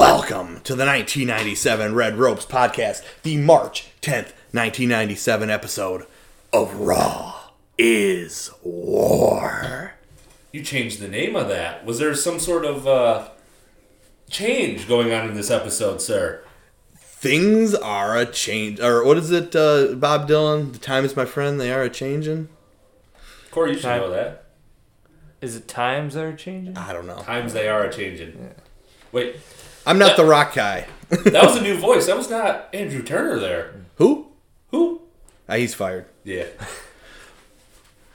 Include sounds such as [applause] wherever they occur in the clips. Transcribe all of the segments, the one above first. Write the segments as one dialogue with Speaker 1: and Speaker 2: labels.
Speaker 1: Welcome to the 1997 Red Ropes Podcast, the March 10th, 1997 episode of Raw is War.
Speaker 2: You changed the name of that. Was there some sort of uh, change going on in this episode, sir?
Speaker 1: Things are a change, or what is it, uh, Bob Dylan? The time is my friend, they are a changing?
Speaker 2: Corey, you should
Speaker 3: Time-
Speaker 2: know that.
Speaker 3: Is it times that are changing?
Speaker 1: I don't know.
Speaker 2: Times they are a changing. Wait,
Speaker 1: I'm not the rock guy. [laughs]
Speaker 2: that was a new voice. That was not Andrew Turner there.
Speaker 1: Who?
Speaker 2: Who?
Speaker 1: Ah, he's fired.
Speaker 3: [laughs]
Speaker 2: Yeah.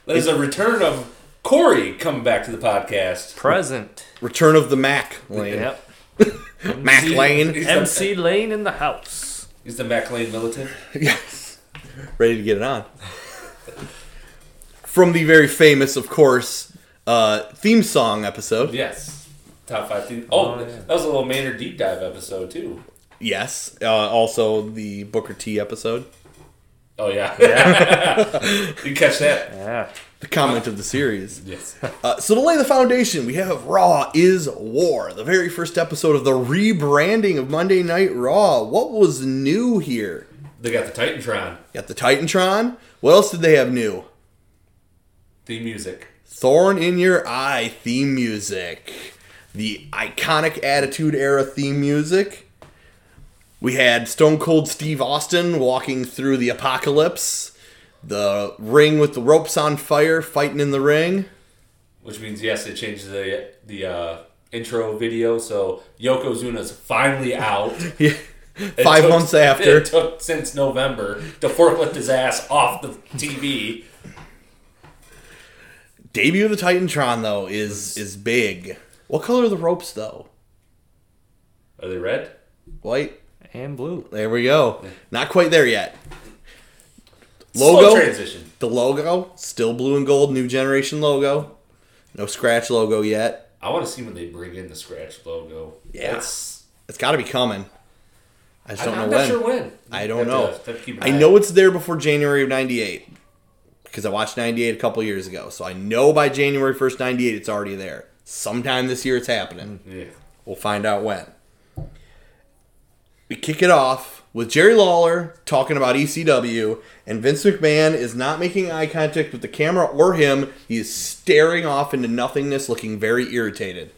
Speaker 2: That is a return of Corey coming back to the podcast.
Speaker 3: Present.
Speaker 1: Return of the Mac Lane.
Speaker 3: Yep.
Speaker 1: Mac
Speaker 2: He's-
Speaker 1: Lane. [laughs]
Speaker 2: He's the,
Speaker 3: MC Lane in the house.
Speaker 2: he's the Mac Lane militant.
Speaker 1: Yes. Ready to get it on. From the very famous, of course, uh, theme song episode.
Speaker 2: Yes. Top five. Theme. Oh,
Speaker 3: Oh, yeah.
Speaker 2: that was a little Maynard deep dive episode too.
Speaker 1: Yes. Uh, also, the Booker T episode.
Speaker 2: Oh yeah. [laughs] you catch that?
Speaker 3: Yeah.
Speaker 1: The comment of the
Speaker 2: [laughs]
Speaker 1: series.
Speaker 2: Yes.
Speaker 1: Uh, so, to lay the foundation, we have Raw is War, the very first episode of the rebranding of Monday Night Raw. What was new here?
Speaker 2: They got the Titantron
Speaker 1: Got the Titantron. What else did they have new?
Speaker 2: theme music.
Speaker 1: Thorn in Your Eye theme music. The iconic Attitude Era theme music. We had Stone Cold Steve Austin walking through the apocalypse. The ring with the ropes on fire, fighting in the ring. [laughs]
Speaker 2: Which means yes, it changes the the uh, intro video. So Yokozuna's
Speaker 1: [laughs]
Speaker 2: finally out.
Speaker 1: Yeah.
Speaker 2: It
Speaker 1: Five
Speaker 2: took-
Speaker 1: months after.
Speaker 2: It took since November to forklift his ass off the TV.
Speaker 1: Debut of the Titantron though is is big. What color are the ropes though?
Speaker 2: Are they red?
Speaker 1: White.
Speaker 3: And blue.
Speaker 1: There we go. Not quite there yet.
Speaker 2: Slow
Speaker 1: Logo.
Speaker 2: transition.
Speaker 1: The logo still blue and gold, new generation logo. No scratch logo yet.
Speaker 2: I want to see when they bring in the scratch logo.
Speaker 1: Yeah.
Speaker 2: That's-
Speaker 1: It's got to be coming. I just don't
Speaker 2: I'm
Speaker 1: know
Speaker 2: not
Speaker 1: when.
Speaker 2: sure when.
Speaker 1: I don't know.
Speaker 2: Have to- have to keep an
Speaker 1: I
Speaker 2: eye.
Speaker 1: know it's there before January of '98 because I watched '98 a couple years ago, so I know by January 1st, '98, it's already there. Sometime this year, it's happening.
Speaker 2: Yeah.
Speaker 1: We'll find out when. We kick it off with Jerry Lawler talking about ECW, and Vince McMahon is not making eye contact with the camera or him. He is staring off into nothingness, looking very irritated.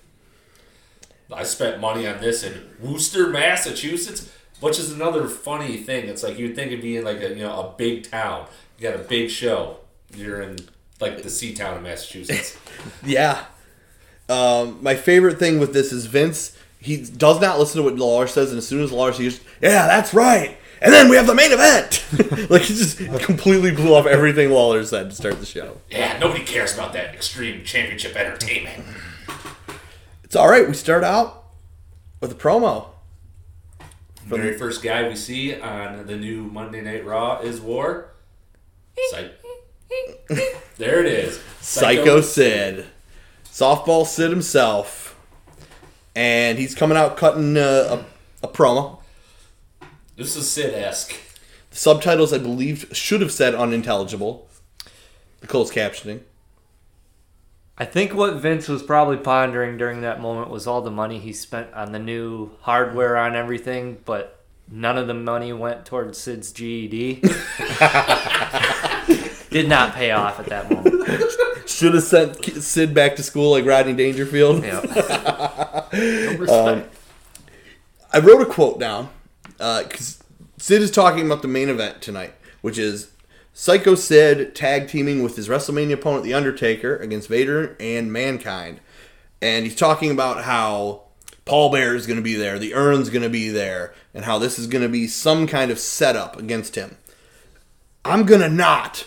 Speaker 2: I spent money on this in Worcester, Massachusetts, which is another funny thing. It's like you'd think it'd be in like a you know a big town. You got a big show. You're in like the sea town of Massachusetts.
Speaker 1: Yeah. Um, my favorite thing with this is Vince. He does not listen to what Lawler says, and as soon as Lawler says, "Yeah, that's right," and then we have the main event. [laughs] like he just completely blew off everything Lawler said to start the show.
Speaker 2: yeah, nobody cares about that extreme championship entertainment.
Speaker 1: It's all right. We start out with a promo.
Speaker 2: Very first guy we see on the new Monday Night Raw is War. Psych- there it is.
Speaker 1: Psycho Sid, softball Sid himself, and he's coming out cutting uh, a, a promo.
Speaker 2: This is Sid esque.
Speaker 1: The subtitles, I believe, should have said unintelligible. The closed captioning.
Speaker 3: I think what Vince was probably pondering during that moment was all the money he spent on the new hardware on everything, but none of the money went towards Sid's [laughs] GED. Did not pay off at that moment.
Speaker 1: Should have sent K- Sid back to school like Rodney Dangerfield.
Speaker 3: [laughs] Yeah. Um,
Speaker 1: I wrote a quote down because Sid is talking about the main event tonight, which is Psycho Sid tag teaming with his WrestleMania opponent, The Undertaker, against Vader and Mankind. And he's talking about how Paul Bear is going to be there, the Urn's going to be there, and how this is going to be some kind of setup against him. I'm going to not.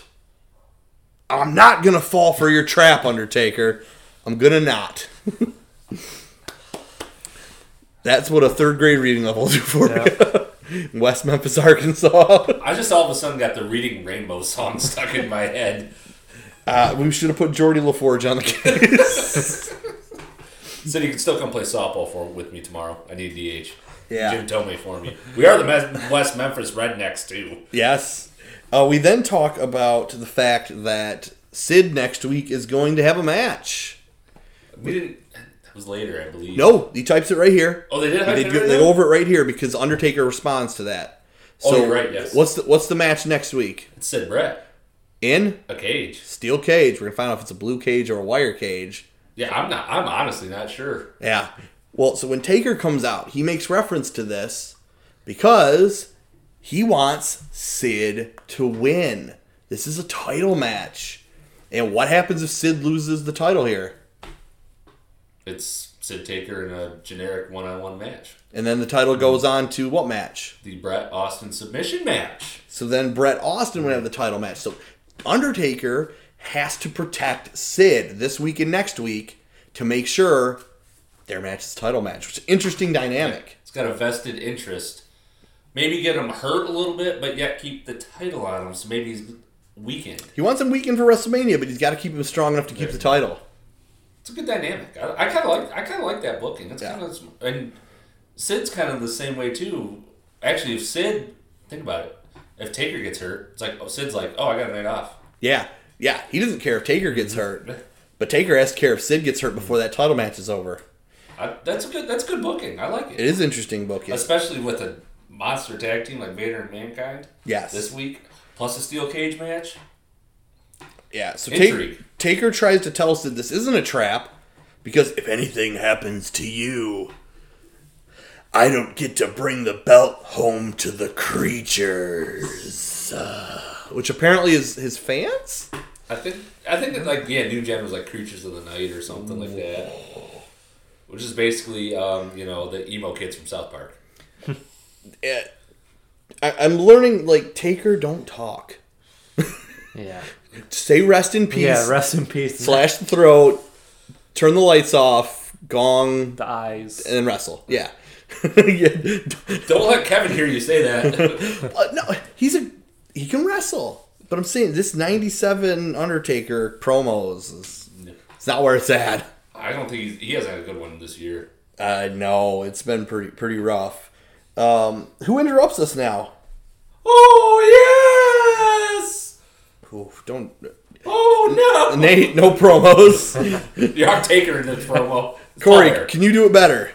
Speaker 1: I'm not going to fall for your trap, Undertaker. I'm going to not. That's what a third grade reading level will do [laughs] for you. [laughs] West Memphis, Arkansas. [laughs]
Speaker 2: I just all of a sudden got the Reading Rainbow song stuck in my head.
Speaker 1: Uh, we should have put Jordy LaForge on the [laughs] case. [laughs]
Speaker 2: Said you can still come play softball for with me tomorrow. I need DH.
Speaker 1: Yeah.
Speaker 2: Jim told me for me. We are the Mes- West Memphis Rednecks too.
Speaker 1: yes. Uh, we then talk about the fact that Sid next week is going to have a match.
Speaker 2: We didn't. was later, I believe.
Speaker 1: No, he types it right here.
Speaker 2: Oh, they did.
Speaker 1: They,
Speaker 2: hyphen
Speaker 1: go,
Speaker 2: it
Speaker 1: they
Speaker 2: right
Speaker 1: go
Speaker 2: now?
Speaker 1: over it right here because Undertaker responds to that.
Speaker 2: Oh,
Speaker 1: So
Speaker 2: you're right, yes.
Speaker 1: What's the What's the match next week?
Speaker 2: It said Brett
Speaker 1: In
Speaker 2: a cage.
Speaker 1: steel cage. We're gonna find out if it's a blue cage or a wire cage.
Speaker 2: Yeah, I'm not. I'm honestly not sure.
Speaker 1: Yeah. Well, so when Taker comes out, he makes reference to this because he wants Sid to win. This is a title match. And what happens if Sid loses the title here?
Speaker 2: It's Sid Taker in a generic one-on-one match.
Speaker 1: And then the title goes on to what match?
Speaker 2: The Brett Austin submission match.
Speaker 1: So then Brett Austin would have the title match. So Undertaker has to protect Sid this week and next week to make sure their match is title match, which is interesting dynamic.
Speaker 2: It's got a vested interest. Maybe get him hurt a little bit, but yet keep the title on him. So maybe he's weakened.
Speaker 1: He wants him weakened for WrestleMania, but he's got to keep him strong enough to keep the title.
Speaker 2: It's a good dynamic. I, I kind of like. I kind of like that booking. That's kind of and Sid's kind of the same way too. Actually, if Sid, think about it. If Taker gets hurt, it's like oh, Sid's like, oh, I got a night off.
Speaker 1: Yeah, yeah. He doesn't care if Taker gets hurt, but Taker has to care if Sid gets hurt before that title match is over.
Speaker 2: I, that's a good. That's good booking. I like
Speaker 1: It
Speaker 2: it,
Speaker 1: is interesting booking.
Speaker 2: especially with a monster tag team like Vader and Mankind
Speaker 1: Yes.
Speaker 2: this week, plus a steel cage match.
Speaker 1: Yeah. So Taker,
Speaker 2: Intrigue.
Speaker 1: Taker tries to tell Sid this isn't a trap because if anything happens to you, I don't get to bring the belt home to the creatures, Uh, which apparently is his fans.
Speaker 2: I think. I think that like yeah, New Gen was like Creatures of the Night or something like that, which is basically um, you know the emo kids from South Park.
Speaker 1: Eh, I, I'm learning like Taker, don't talk.
Speaker 3: Yeah.
Speaker 1: Say rest in peace.
Speaker 3: Yeah, rest in peace.
Speaker 1: slash the throat, turn the lights off, gong,
Speaker 3: the eyes.
Speaker 1: and then wrestle. Yeah. [laughs] Yeah.
Speaker 2: Don't let Kevin hear you say that. [laughs]
Speaker 1: Uh, no, he's a he can wrestle, but I'm saying this '97 Undertaker promos is it's not where it's at.
Speaker 2: I don't think he's, he hasn't had a good one this year.
Speaker 1: I know it's been pretty pretty rough. Um, who interrupts us now?
Speaker 2: Oh yes!
Speaker 1: Oof, don't
Speaker 2: Oh
Speaker 1: [laughs]
Speaker 2: no!
Speaker 1: Nate, no promos.
Speaker 2: You're not taking in this promo.
Speaker 1: [laughs]
Speaker 2: It's
Speaker 1: Corey,
Speaker 2: fire.
Speaker 1: can you do it better?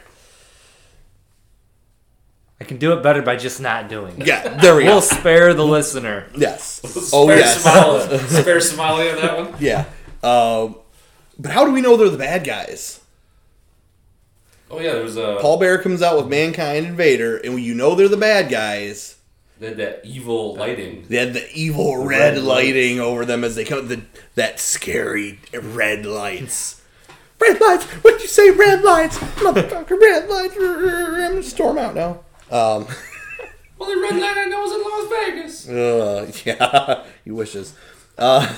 Speaker 3: I can do it better by just not doing it.
Speaker 1: Yeah, there we go.
Speaker 3: We'll spare the listener.
Speaker 1: Yes.
Speaker 2: Spare
Speaker 1: Oh yes. [laughs]
Speaker 2: Somali, spare Somali on that one.
Speaker 1: Yeah. Um, but how do we know they're the bad guys?
Speaker 2: Oh yeah, there was a
Speaker 1: Paul Bear comes out with Mankind and Vader, and you know they're the bad guys.
Speaker 2: they had that evil lighting.
Speaker 1: They had the evil red,
Speaker 2: red
Speaker 1: lighting over them as they come. The, that scary red lights. red lights. What'd you say? Red lights, motherfucker. Red lights. I'm gonna storm out now. Um. [laughs]
Speaker 2: Well, the red light I know is in Las Vegas.
Speaker 1: uh, yeah. [laughs] He wishes. Uh,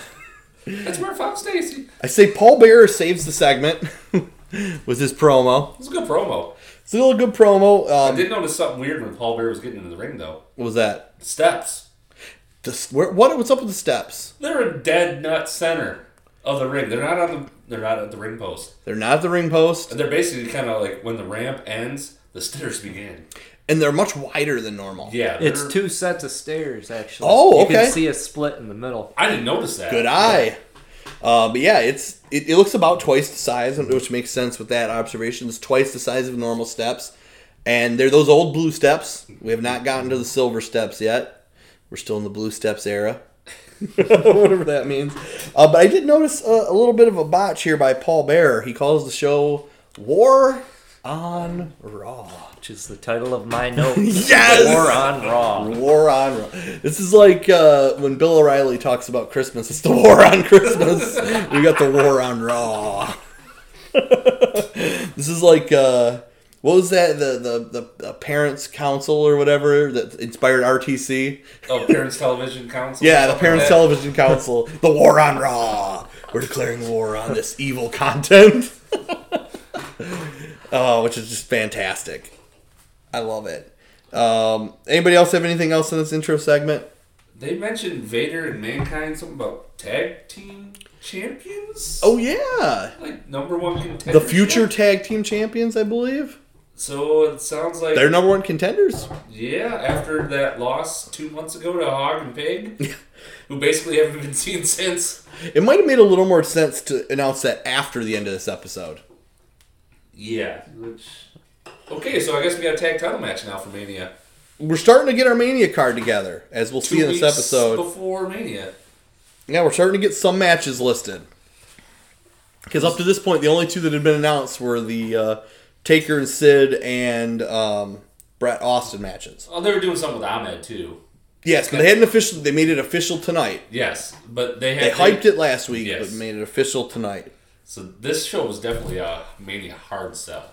Speaker 2: That's where I found Stacy.
Speaker 1: I say Paul Bear saves the segment [laughs] with his promo.
Speaker 2: It's a good promo.
Speaker 1: It's a little good promo.
Speaker 2: I
Speaker 1: Um,
Speaker 2: did notice something weird when Paul Bear was getting into the ring though.
Speaker 1: what was that?
Speaker 2: Steps.
Speaker 1: The, s- where, what? What's up with the steps?
Speaker 2: They're a dead nut center of the ring. They're not on the. They're not at the ring post.
Speaker 1: They're not at the ring post.
Speaker 2: They're basically kind of like when the ramp ends, the stairs begin.
Speaker 1: and they're much wider than normal.
Speaker 2: Yeah,
Speaker 3: It's
Speaker 2: they're-
Speaker 3: two sets of stairs, actually.
Speaker 1: Oh,
Speaker 3: You
Speaker 1: okay.
Speaker 3: can see a split in the middle.
Speaker 2: I didn't notice that.
Speaker 1: Good eye. Uh, but yeah, it's it, it looks about twice the size, which makes sense with that observation. It's twice the size of normal steps, and they're those old blue steps. We have not gotten to the silver steps yet. We're still in the blue steps era, [laughs] whatever that means. Uh, but I did notice a, a little bit of a botch here by Paul Bearer. He calls the show "War on Raw."
Speaker 3: Which is the title of my
Speaker 1: [laughs]
Speaker 3: note.
Speaker 1: Yes!
Speaker 3: War on Raw.
Speaker 1: War on. This is like uh, when Bill O'Reilly talks about Christmas. It's the war on Christmas. we got the war on Raw. this is like uh, what was that? The, the the the parents' council or whatever that inspired RTC.
Speaker 2: Oh, Parents Television Council.
Speaker 1: Yeah, the
Speaker 2: something
Speaker 1: Parents
Speaker 2: like that.
Speaker 1: Television Council. The war on Raw. We're declaring war on this evil content. [laughs] oh, which is just fantastic. I love it. Um, anybody else have anything else in this intro segment?
Speaker 2: They mentioned Vader and Mankind. Something about tag team champions.
Speaker 1: Oh yeah,
Speaker 2: like number one contender.
Speaker 1: the future tag team champions, I believe.
Speaker 2: So it sounds like
Speaker 1: They're number one contenders.
Speaker 2: yeah. After that loss two months ago to Hog
Speaker 1: [laughs]
Speaker 2: and Pig, who basically haven't been [laughs] seen since.
Speaker 1: It might have made a little more sense to announce that after the end of this episode.
Speaker 2: Yeah.
Speaker 3: Which
Speaker 2: Okay, so I guess we got a tag title match now for Mania.
Speaker 1: We're starting to get our Mania card together, as we'll see in this episode.
Speaker 2: before Mania.
Speaker 1: Yeah, we're starting to get some matches listed. Because up to this point, the only two that had been announced were the uh, Taker and Sid and um, Brett Austin matches.
Speaker 2: Oh, they were doing something with Ahmed too.
Speaker 1: Yes, but they hadn't official. They made it official tonight.
Speaker 2: Yes, but they
Speaker 1: They
Speaker 2: had
Speaker 1: hyped it last week,
Speaker 2: Yes.
Speaker 1: but made it official tonight.
Speaker 2: So this show was definitely uh, a Mania hard sell.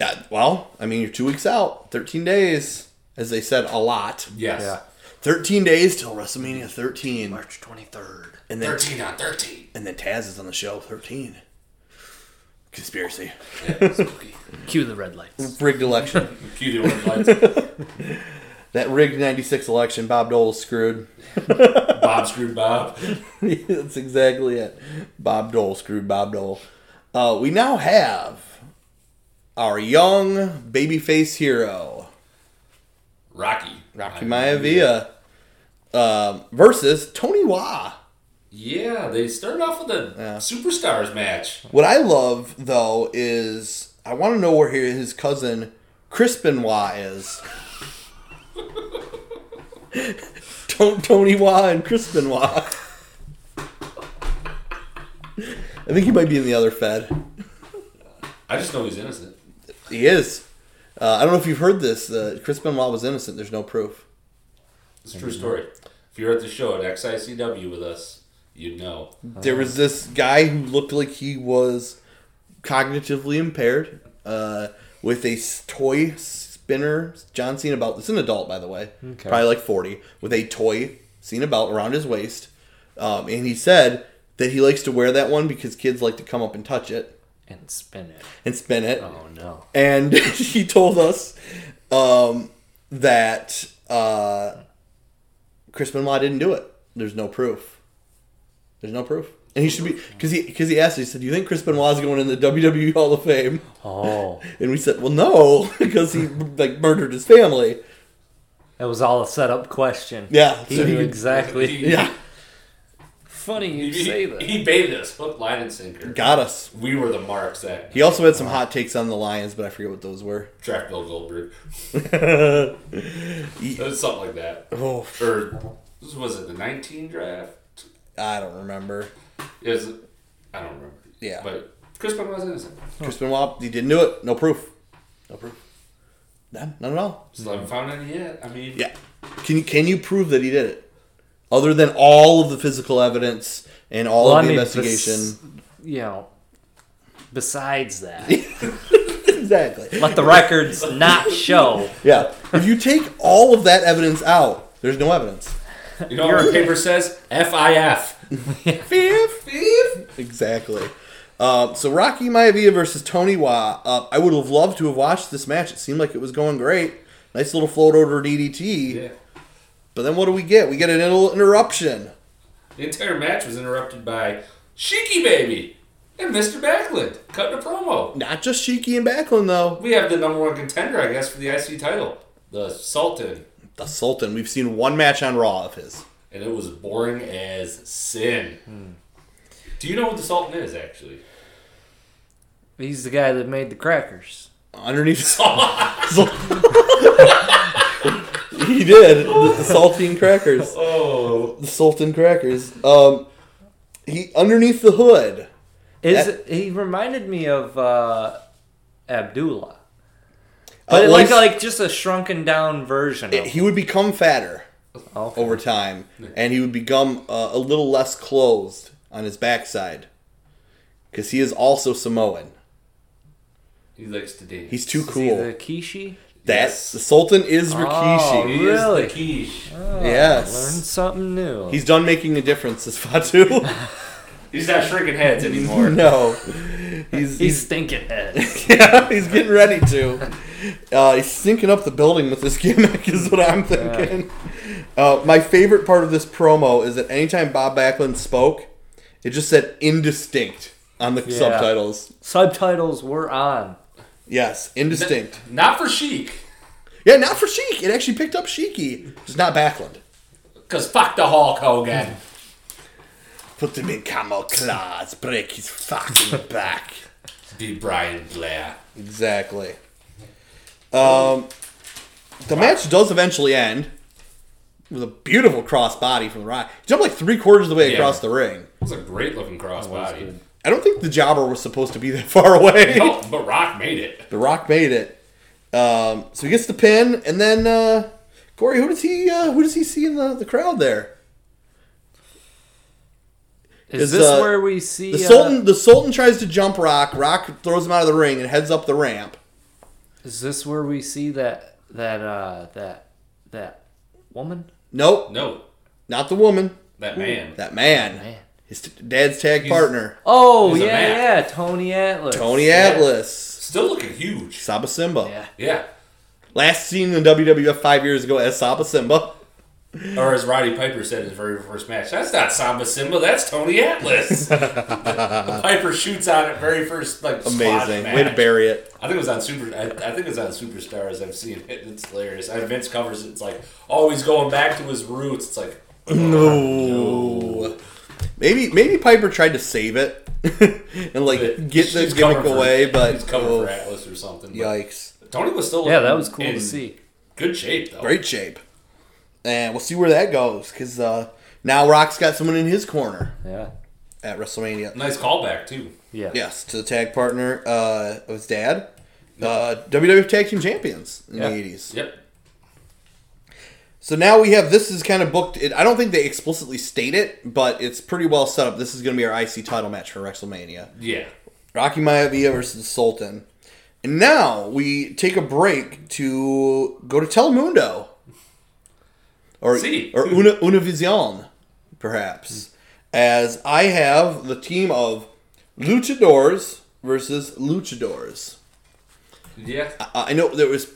Speaker 1: Yeah, well, I mean, you're two weeks out, 13 days, as they said a lot.
Speaker 2: Yes.
Speaker 3: Yeah.
Speaker 1: 13 days till WrestleMania 13,
Speaker 3: March twenty third.
Speaker 1: and then
Speaker 2: Thirteen on thirteen.
Speaker 1: and then Taz is on the show 13. Conspiracy,
Speaker 3: Cue the red lights.
Speaker 1: rigged election.
Speaker 2: [laughs] Cue the orange lights.
Speaker 1: that rigged '96 election, Bob Dole was screwed. [laughs]
Speaker 2: Bob screwed Bob.
Speaker 1: That's exactly it. Bob Dole screwed Bob Dole. Uh, we now have our young babyface hero,
Speaker 2: Rocky.
Speaker 1: Rocky Maivia, um, versus Tony Wa.
Speaker 2: Yeah, they started off with a superstars match.
Speaker 1: What I love though is I want to know where he- his cousin Crispin Wa is. [laughs] Don't Tony Wa and Crispin [laughs] Wa. I think he might be in the other Fed.
Speaker 2: I just know he's innocent.
Speaker 1: He is. Uh, I don't know if you've heard this. Uh, Chris Benoit was innocent. There's no proof.
Speaker 2: It's a true story. If you're at the show at XICW with us, you'd know.
Speaker 1: There was
Speaker 3: Uh,
Speaker 1: this guy who looked like he was cognitively impaired uh, with a s- toy spinner. John Cena belt. It's an adult, by the way.
Speaker 3: Okay.
Speaker 1: Probably like 40. With a toy Cena belt around his waist. Um, and he said that he likes to wear that one because kids like to come up and touch it
Speaker 3: And spin it.
Speaker 1: and spin it.
Speaker 3: Oh no.
Speaker 1: and [laughs] he told us um, that uh, Chris Benoit didn't do it. There's no proof. There's no proof, and he should be because he because he asked. He said, "Do you think Chris Benoit is going in the WWE Hall of Fame?"
Speaker 3: Oh.
Speaker 1: And we said, "Well, no, [laughs] because he like murdered his family."
Speaker 3: That was all a set up question.
Speaker 1: Yeah,
Speaker 3: He
Speaker 1: so he
Speaker 3: knew
Speaker 1: could-
Speaker 3: exactly.
Speaker 2: He-
Speaker 1: Yeah,
Speaker 3: Funny
Speaker 2: [laughs]
Speaker 3: you
Speaker 2: He,
Speaker 3: say that.
Speaker 2: he baited us hook, line, and sinker.
Speaker 1: got us.
Speaker 2: We were the marks that
Speaker 1: He also had some hot takes on the Lions, but I forget what those were. [laughs]
Speaker 2: draft Bill Goldberg. [laughs] It was something like that.
Speaker 1: Oh,
Speaker 2: Or this was it the 19 draft?
Speaker 1: I don't remember.
Speaker 2: It was, I don't remember.
Speaker 1: Yeah.
Speaker 2: But Chris Benoit was innocent.
Speaker 1: Chris Benoit, he didn't do it. No proof. No proof. None, none at all.
Speaker 2: Still haven't found any yet. I mean,
Speaker 1: Yeah. Can you can you prove that he did it? Other than all of the physical evidence and all
Speaker 3: Well,
Speaker 1: of
Speaker 3: I
Speaker 1: the
Speaker 3: mean,
Speaker 1: investigation.
Speaker 3: bes- you know, besides that,
Speaker 1: [laughs] exactly.
Speaker 3: let the records not show.
Speaker 1: Yeah. if you take all of that evidence out, there's no evidence.
Speaker 2: you
Speaker 1: [laughs]
Speaker 2: know what our paper says? FIF. Beep.
Speaker 1: Exactly. Uh, so Rocky Maivia versus Tony Wa. Uh, I would have loved to have watched this match. It seemed like it was going great. Nice little float over DDT.
Speaker 2: Yeah.
Speaker 1: But then what do we get? We get an little interruption.
Speaker 2: The entire match was interrupted by Shiki Baby and Mr. Backlund cutting a promo.
Speaker 1: Not just Shiki and Backlund though.
Speaker 2: We have the number one contender, I guess, for the IC title, the Sultan,
Speaker 1: The Sultan. We've seen one match on Raw of his.
Speaker 2: and it was boring as sin. Do you know what the Sultan is actually? [laughs]
Speaker 3: He's the guy that made the crackers.
Speaker 1: underneath his [laughs] he did the, the saltine crackers,
Speaker 2: Oh,
Speaker 1: the Sultan crackers. Um, he underneath the hood.
Speaker 3: Is
Speaker 1: That-
Speaker 3: he reminded me of uh, Abdullah,
Speaker 1: Uh,
Speaker 3: but
Speaker 1: well,
Speaker 3: like
Speaker 1: he's-
Speaker 3: like just a shrunken down version of.
Speaker 1: he would become fatter
Speaker 3: Okay.
Speaker 1: over time, and he would become uh, a little less closed on his backside, because he is also Samoan.
Speaker 2: he likes to dance.
Speaker 1: He's too
Speaker 3: Is he
Speaker 1: cool.
Speaker 3: the Kishi.
Speaker 1: That's the Sultan is Rikishi.
Speaker 2: He is the
Speaker 3: Really?
Speaker 2: quiche.
Speaker 3: Ah. Learn
Speaker 1: yes,
Speaker 3: something new.
Speaker 1: he's done making a difference. This Fatu. [laughs]
Speaker 2: He's not shrinking heads anymore.
Speaker 1: no, he's
Speaker 3: he's stinking head.
Speaker 1: [laughs] Yeah, he's getting ready to. Uh, he's syncing up the building with this [laughs] gimmick, is what I'm thinking. Uh, my favorite part of this promo is that anytime Bob Backlund spoke, it just said indistinct on the
Speaker 3: Yeah.
Speaker 1: subtitles.
Speaker 3: Subtitles were on.
Speaker 1: Yes, indistinct.
Speaker 2: Not for Sheik.
Speaker 1: Yeah, not for Sheik. It actually picked up Sheiky, just not Backlund.
Speaker 2: Because fuck the Hulk Hogan.
Speaker 1: Put him in camel claws, break his fucking back.
Speaker 2: [laughs] Be Brian Blair.
Speaker 1: Exactly. Um, the match does eventually end with a beautiful cross body from the Rock. He jumped like three quarters of the way
Speaker 2: Yeah.
Speaker 1: across the ring.
Speaker 2: It was a great looking crossbody.
Speaker 1: I don't think the jobber was supposed to be [laughs] that far away.
Speaker 2: [laughs] Oh, but Rock made it.
Speaker 1: The Rock made it. Um, so he gets the pin, and then uh, Corey, who does he uh, who does he see in the, the crowd there?
Speaker 3: Is
Speaker 1: Is,
Speaker 3: this
Speaker 1: uh,
Speaker 3: where we see
Speaker 1: The
Speaker 3: uh,
Speaker 1: Sultan the Sultan tries to jump Rock. Rock throws him out of the ring and heads up the ramp.
Speaker 3: Is this where we see that that uh that that woman?
Speaker 1: Nope,
Speaker 2: No,
Speaker 1: not the woman.
Speaker 2: that man.
Speaker 1: That man,
Speaker 3: Man.
Speaker 1: his t- dad's tag partner,
Speaker 3: Oh
Speaker 2: He's a
Speaker 3: yeah,
Speaker 2: man.
Speaker 3: yeah, Tony Atlas.
Speaker 1: Tony
Speaker 2: Yeah.
Speaker 1: Atlas,
Speaker 2: Still looking huge.
Speaker 1: Saba Simba.
Speaker 3: Yeah.
Speaker 2: Yeah.
Speaker 1: Last seen in WWF five years ago as Saba Simba.
Speaker 2: Or as Roddy Piper said in his very first match, that's not Samba Simba, that's Tony
Speaker 1: [laughs]
Speaker 2: Atlas. [laughs] Piper shoots on it very first like squash
Speaker 1: Amazing way to
Speaker 2: match.
Speaker 1: bury it.
Speaker 2: I think it was on Super. I, I think it was on Superstars. I've seen it. It's hilarious. And Vince covers it. It's like always going back to his roots. It's like
Speaker 1: No. Maybe maybe Piper tried to save it [laughs] and
Speaker 2: [laughs]
Speaker 1: like get the
Speaker 2: He's
Speaker 1: gimmick
Speaker 2: covering for-
Speaker 1: away, but
Speaker 2: he's covering
Speaker 1: oh,
Speaker 2: for Atlas or something. But
Speaker 1: yikes,
Speaker 2: Tony was still
Speaker 3: Yeah, that
Speaker 2: in-
Speaker 3: was cool
Speaker 2: in
Speaker 3: to see.
Speaker 2: Good shape though.
Speaker 1: great shape. And we'll see where that goes because uh, now Rock's got someone in his corner
Speaker 3: Yeah.
Speaker 1: at WrestleMania.
Speaker 2: Nice callback too.
Speaker 3: Yeah.
Speaker 1: Yes, to the tag partner uh, of his dad, uh, WWF Tag Team Champions in
Speaker 3: Yeah.
Speaker 1: the eighties.
Speaker 2: Yep.
Speaker 1: So now we have this is kind of booked. It, I don't think they explicitly state it, but it's pretty well set up. This is going to be our IC title match for WrestleMania.
Speaker 2: Yeah.
Speaker 1: Rocky Maivia versus Sultan. And now we take a break to go to Telemundo. Or,
Speaker 2: Si.
Speaker 1: or Una, Univision, perhaps. As I have the team of Luchadors versus Luchadors.
Speaker 2: Yeah.
Speaker 1: Uh, I know there was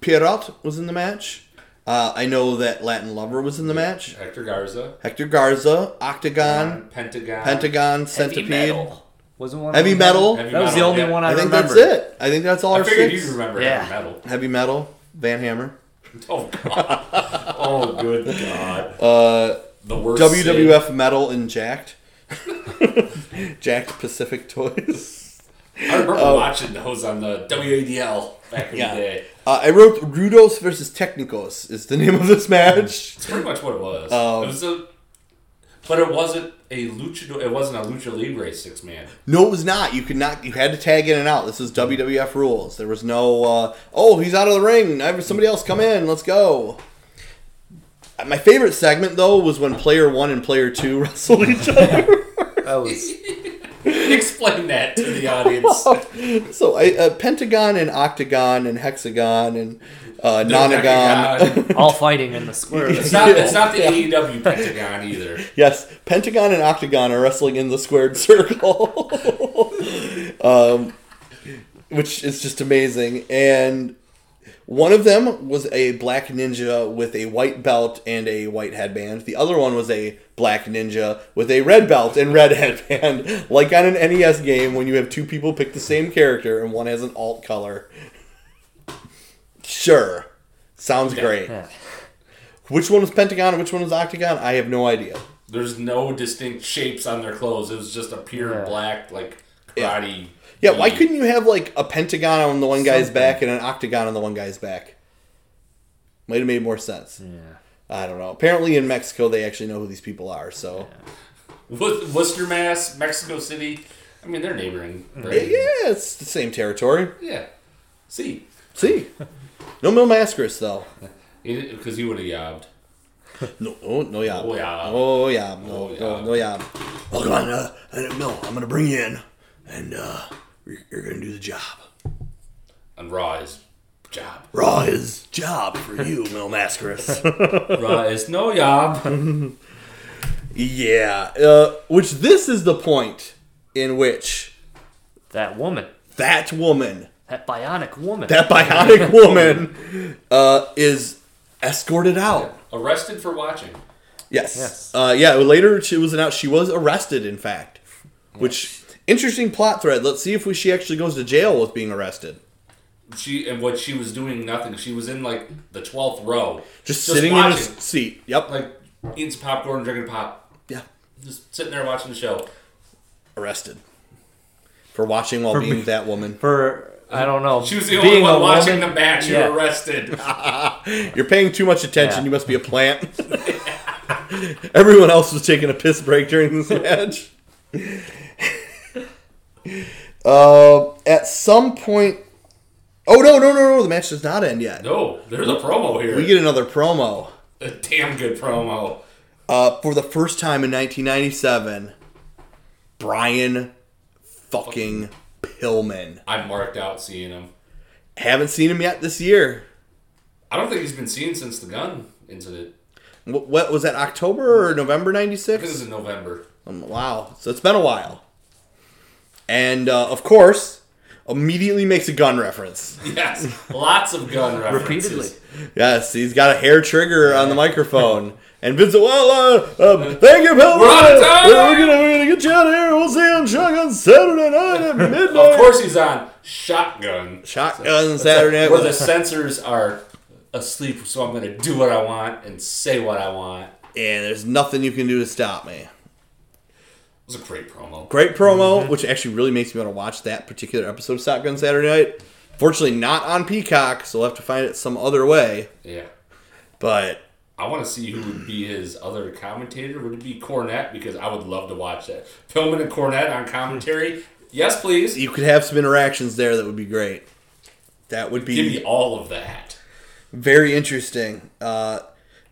Speaker 1: Pierrot was in the match. Uh, I know that Latin Lover was in the match.
Speaker 2: Hector Garza.
Speaker 1: Hector Garza, Octagon,
Speaker 2: Pentagon.
Speaker 1: Pentagon, Centipede.
Speaker 3: Heavy metal. Wasn't one
Speaker 1: Heavy
Speaker 3: of them?
Speaker 1: metal.
Speaker 2: Heavy
Speaker 3: That was the
Speaker 2: metal,
Speaker 3: only
Speaker 2: yeah.
Speaker 3: one I,
Speaker 1: I, think
Speaker 3: remember.
Speaker 1: that's it. I think that's all
Speaker 2: I
Speaker 1: our
Speaker 2: figured
Speaker 1: six.
Speaker 2: you remember
Speaker 3: Yeah.
Speaker 2: heavy metal. [laughs]
Speaker 1: Heavy metal, Van Hammer.
Speaker 2: Oh god. oh good god.
Speaker 1: Uh,
Speaker 2: The worst.
Speaker 1: WWF Metal and Jacked. [laughs] Jacked Pacific Toys.
Speaker 2: Sid. I remember watching those on the WADL back in
Speaker 1: uh, Yeah.
Speaker 2: the day.
Speaker 1: Uh, I wrote Rudos versus Technicos is the name of this match.
Speaker 2: It's pretty much what it was.
Speaker 1: Um,
Speaker 2: it was a, but it wasn't a luchador. It wasn't a lucha libre six man. [laughs]
Speaker 1: No, it was not. You could not. You had to tag in and out. This is WWF rules. There was no. Uh, oh, he's out of the ring. Have Somebody else come in. Let's go. My favorite segment though was when player one and player two [laughs] wrestled each other. [laughs]
Speaker 3: That was
Speaker 2: Explain that to the
Speaker 1: [laughs]
Speaker 2: audience.
Speaker 1: so I, uh, Pentagon and Octagon and Hexagon and uh, Nonagon.
Speaker 3: [laughs]
Speaker 2: Pentagon.
Speaker 3: all fighting in the
Speaker 1: [laughs]
Speaker 3: square.
Speaker 2: It's not, it's not the AEW Pentagon either.
Speaker 1: Yes, Pentagon and Octagon are wrestling in the squared circle, [laughs] um, which is just amazing. And one of them was a black ninja with a white belt and a white headband. The other one was a black ninja with a red belt and red [laughs] headband, like on an NES game when you have two people pick the same character and one has an alt color. Sure, sounds great.
Speaker 3: Yeah.
Speaker 1: Which one was Pentagon and which one was Octagon? I have no idea.
Speaker 2: There's no distinct shapes on their clothes. It was just a pure
Speaker 3: Yeah.
Speaker 2: black like karate.
Speaker 1: Yeah, why couldn't you have like a pentagon on the one guy's back and an octagon on the one guy's back? Might have made more
Speaker 2: Hmm.
Speaker 1: sense.
Speaker 3: Yeah.
Speaker 1: I don't know. Apparently in Mexico they actually know who these people are, so
Speaker 2: Wor- Worcester, Mass, Mexico City. I mean, they're neighboring.
Speaker 3: Mm-hmm.
Speaker 2: right?
Speaker 1: yeah, it's the same territory.
Speaker 2: Yeah. See,
Speaker 1: See, no Mil Mascaris though.
Speaker 2: because he would have yobbed.
Speaker 1: No, oh, no yam.
Speaker 2: Oh, yeah.
Speaker 1: Oh yeah. No,
Speaker 2: Oh,
Speaker 1: no,
Speaker 2: yeah.
Speaker 1: no yam. Oh come on, uh, I don't know. I'm gonna bring you in, and uh, you're, you're gonna do the job.
Speaker 2: And Raw is job.
Speaker 3: [laughs]
Speaker 1: Raw is job for
Speaker 2: [laughs]
Speaker 1: you, Mil Mascaris.
Speaker 2: Raw is no yob.
Speaker 1: [laughs] Yeah, uh, which this is the point in which
Speaker 3: That woman.
Speaker 1: that woman,
Speaker 3: That bionic woman.
Speaker 1: that [laughs] bionic woman, uh, is escorted out.
Speaker 2: Arrested for watching.
Speaker 1: Yes.
Speaker 3: Yes.
Speaker 1: Uh, yeah. Later, she was announced. She was arrested, in fact. Which interesting plot thread. Let's see if we, she actually goes to jail with being arrested.
Speaker 2: She and what she was doing nothing. She was in like the twelfth row,
Speaker 1: Just, sitting in a
Speaker 2: watching,
Speaker 1: s- seat. Yep.
Speaker 2: like eating some popcorn, drinking pop,
Speaker 1: yeah.
Speaker 2: just sitting there watching the show.
Speaker 1: Arrested for watching while being that woman.
Speaker 3: For I don't know.
Speaker 2: She was the only
Speaker 3: being a
Speaker 2: one watching
Speaker 3: woman-
Speaker 2: the match. You
Speaker 3: yeah.
Speaker 2: were arrested. [laughs]
Speaker 1: You're paying too much attention.
Speaker 3: Yeah.
Speaker 1: You must be a plant. [laughs] Everyone else was taking a piss break during this match. [laughs] uh, at some point. Oh, no, no, no, no. The match does not end yet.
Speaker 2: no, there's a promo here.
Speaker 1: We get another promo.
Speaker 2: a damn good promo.
Speaker 1: Uh, for the first time in 1997, Brian fucking Pillman.
Speaker 2: I marked out seeing him.
Speaker 1: Haven't seen him yet this year.
Speaker 2: I don't think he's been seen since the gun incident.
Speaker 1: What, what was that, October or November
Speaker 2: This is
Speaker 1: 96?
Speaker 2: in November. [laughs]
Speaker 1: Um, wow. So it's been a while. And uh, of course, immediately makes a gun reference.
Speaker 2: Yes, lots of gun references.
Speaker 3: Repeatedly.
Speaker 1: Yes, he's got a hair trigger on the microphone.
Speaker 2: [laughs]
Speaker 1: And Vincent, well, uh, um, thank you, Pillman.
Speaker 2: We're out of time!
Speaker 1: We're gonna, we're gonna get you out of here. We'll see you on Shotgun Saturday night at midnight.
Speaker 2: [laughs] Of course, he's on shotgun.
Speaker 1: Shotgun Saturday night.
Speaker 2: Where the
Speaker 1: with-
Speaker 2: sensors are asleep, so I'm gonna do what I want and say what I want.
Speaker 1: and there's nothing you can do to stop me.
Speaker 2: It was a great promo.
Speaker 1: Great promo,
Speaker 2: Mm-hmm.
Speaker 1: which actually really makes me want to watch that particular episode of Shotgun Saturday Night. Fortunately, not on Peacock, so we'll have to find it some other way.
Speaker 2: Yeah.
Speaker 1: But
Speaker 2: I want to see who would be his other commentator. Would it be Cornette? Because I would love to watch that. Pillman and Cornette on commentary. Yes, please.
Speaker 1: you could have some interactions there that would be great. That would
Speaker 2: Give
Speaker 1: be
Speaker 2: me all of that.
Speaker 1: very interesting. Uh,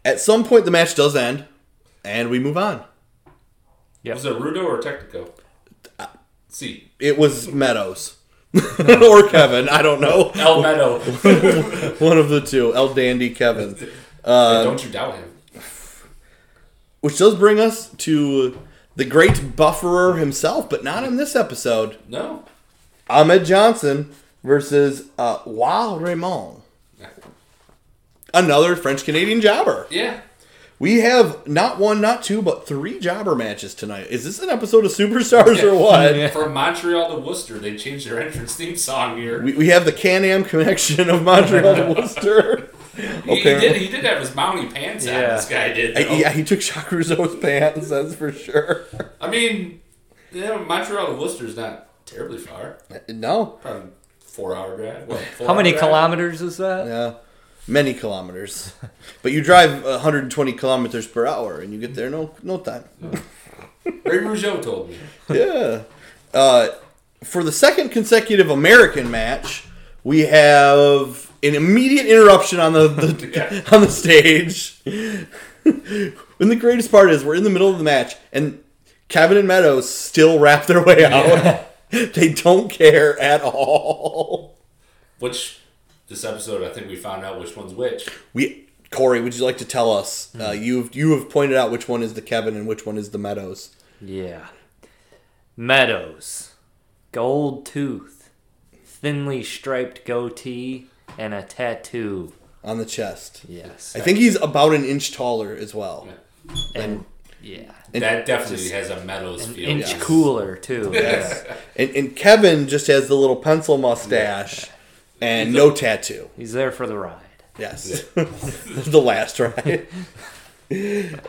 Speaker 1: at some point, the match does end, and we move on.
Speaker 2: Was it Rudo or Technico?
Speaker 3: Uh,
Speaker 2: See,
Speaker 1: It was Meadows. [laughs] or Kevin, I don't know. [laughs]
Speaker 3: [laughs]
Speaker 2: El Meadow.
Speaker 1: One of the two, El Dandy Kevin.
Speaker 3: Uh,
Speaker 2: don't you doubt him.
Speaker 1: Which does bring us to the great bufferer himself, but not in this episode.
Speaker 2: No.
Speaker 1: Ahmed Johnson versus uh, Wa Raymond, another French Canadian jobber.
Speaker 2: Yeah.
Speaker 1: We have not one, not two, but three jobber matches tonight. Is this an episode of Superstars or what?
Speaker 3: Yeah.
Speaker 2: From Montreal to Worcester, they changed their entrance theme song here.
Speaker 1: We, we have the Can Am connection of Montreal
Speaker 2: [laughs]
Speaker 1: to Worcester.
Speaker 2: He- he,
Speaker 1: Okay.
Speaker 2: did, he did have his mounty pants on.
Speaker 3: Yeah.
Speaker 2: This guy did.
Speaker 1: I-
Speaker 2: though.
Speaker 1: yeah, he took Jacques Rousseau's pants, that's for sure. [laughs]
Speaker 2: I mean, you know, Montreal to Worcester's not terribly far.
Speaker 1: No.
Speaker 2: Probably four hour drive. What, four
Speaker 3: How many
Speaker 2: hour drive?
Speaker 3: kilometers is that?
Speaker 1: Yeah. Many kilometers. But you drive 120 kilometers per hour and you get there no no time.
Speaker 2: Ray Rougeau told me.
Speaker 1: yeah. Uh, for the second consecutive American match, we have an immediate interruption on the, the
Speaker 2: Yeah.
Speaker 1: [laughs] on the stage. [laughs] and the greatest part is we're in the middle of the match, and Kevin and Meadows still rap their way out. [laughs] they don't care at all.
Speaker 2: Which this episode, I think we found out which one's which.
Speaker 1: We Corey, would you like to tell us? Uh, you've you have pointed out which one is the Kevin and which one is the Meadows.
Speaker 3: Yeah. Meadows, gold tooth, thinly striped goatee, and a tattoo.
Speaker 1: On the chest.
Speaker 3: Yes.
Speaker 1: I think he's about an inch taller as well.
Speaker 3: And yeah,
Speaker 2: that definitely has a Meadows feel.
Speaker 3: inch
Speaker 2: yes.
Speaker 3: cooler too.
Speaker 1: And, and Kevin just has the little pencil mustache and no tattoo.
Speaker 3: He's there for the ride.
Speaker 1: Yes. [laughs] the last ride.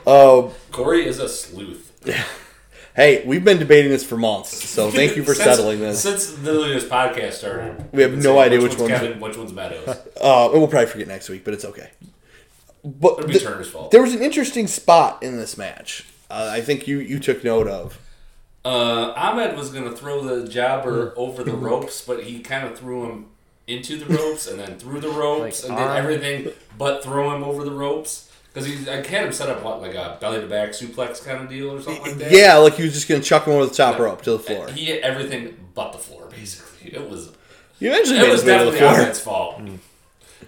Speaker 1: um,
Speaker 2: Corey is a sleuth.
Speaker 1: hey, we've been debating this for months,
Speaker 2: [laughs]
Speaker 1: so thank you for
Speaker 2: Since-
Speaker 1: settling this.
Speaker 2: Since literally this podcast started,
Speaker 1: We have
Speaker 2: can
Speaker 1: no
Speaker 2: say
Speaker 1: idea which
Speaker 2: one's
Speaker 1: one's-
Speaker 2: Kevin, which
Speaker 1: [laughs]
Speaker 2: one's Meadows.
Speaker 1: Uh, and we'll probably forget next week, but it's okay. But
Speaker 2: It'll be
Speaker 1: th-
Speaker 2: Turner's fault.
Speaker 1: there was an interesting spot in this match. Uh, I think you, you took note of.
Speaker 2: Uh, Ahmed was gonna throw the jobber
Speaker 1: Mm.
Speaker 2: over the ropes, but he kind of threw him into the ropes and then through the ropes
Speaker 3: Like,
Speaker 2: and did
Speaker 3: ah.
Speaker 2: everything but throw him over the ropes because he I had him set up what like a belly to back suplex kind of deal or something like that.
Speaker 1: Yeah, like he was just going to chuck him over the top rope to the floor.
Speaker 2: He hit everything but the floor basically.
Speaker 1: [laughs]
Speaker 2: It was
Speaker 1: You eventually
Speaker 2: it
Speaker 1: made
Speaker 2: was
Speaker 1: his way to the
Speaker 2: definitely
Speaker 1: floor. Mm.
Speaker 2: Ahmed's fault.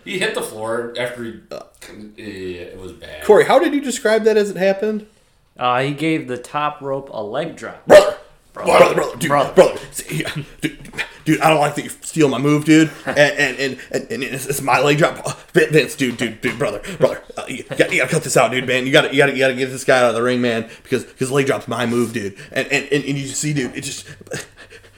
Speaker 2: He hit the floor after he.
Speaker 1: Uh.
Speaker 2: yeah, it was bad.
Speaker 1: Corey, how did you describe that as it happened?
Speaker 3: Uh, he gave the top rope a leg drop.
Speaker 1: brother, brother, brother, dude, brother,
Speaker 3: Brother.
Speaker 1: See, yeah, dude, dude, I don't like that you steal my move, dude, and and and, and, and it's, it's my leg drop, Uh, Vin- Vince, dude, dude, dude, brother, brother, uh, you, gotta, you gotta cut this out, dude, man, you gotta, you gotta, you gotta get this guy out of the ring, man, because because leg drop's my move, dude, and and and, and you see, dude, it just.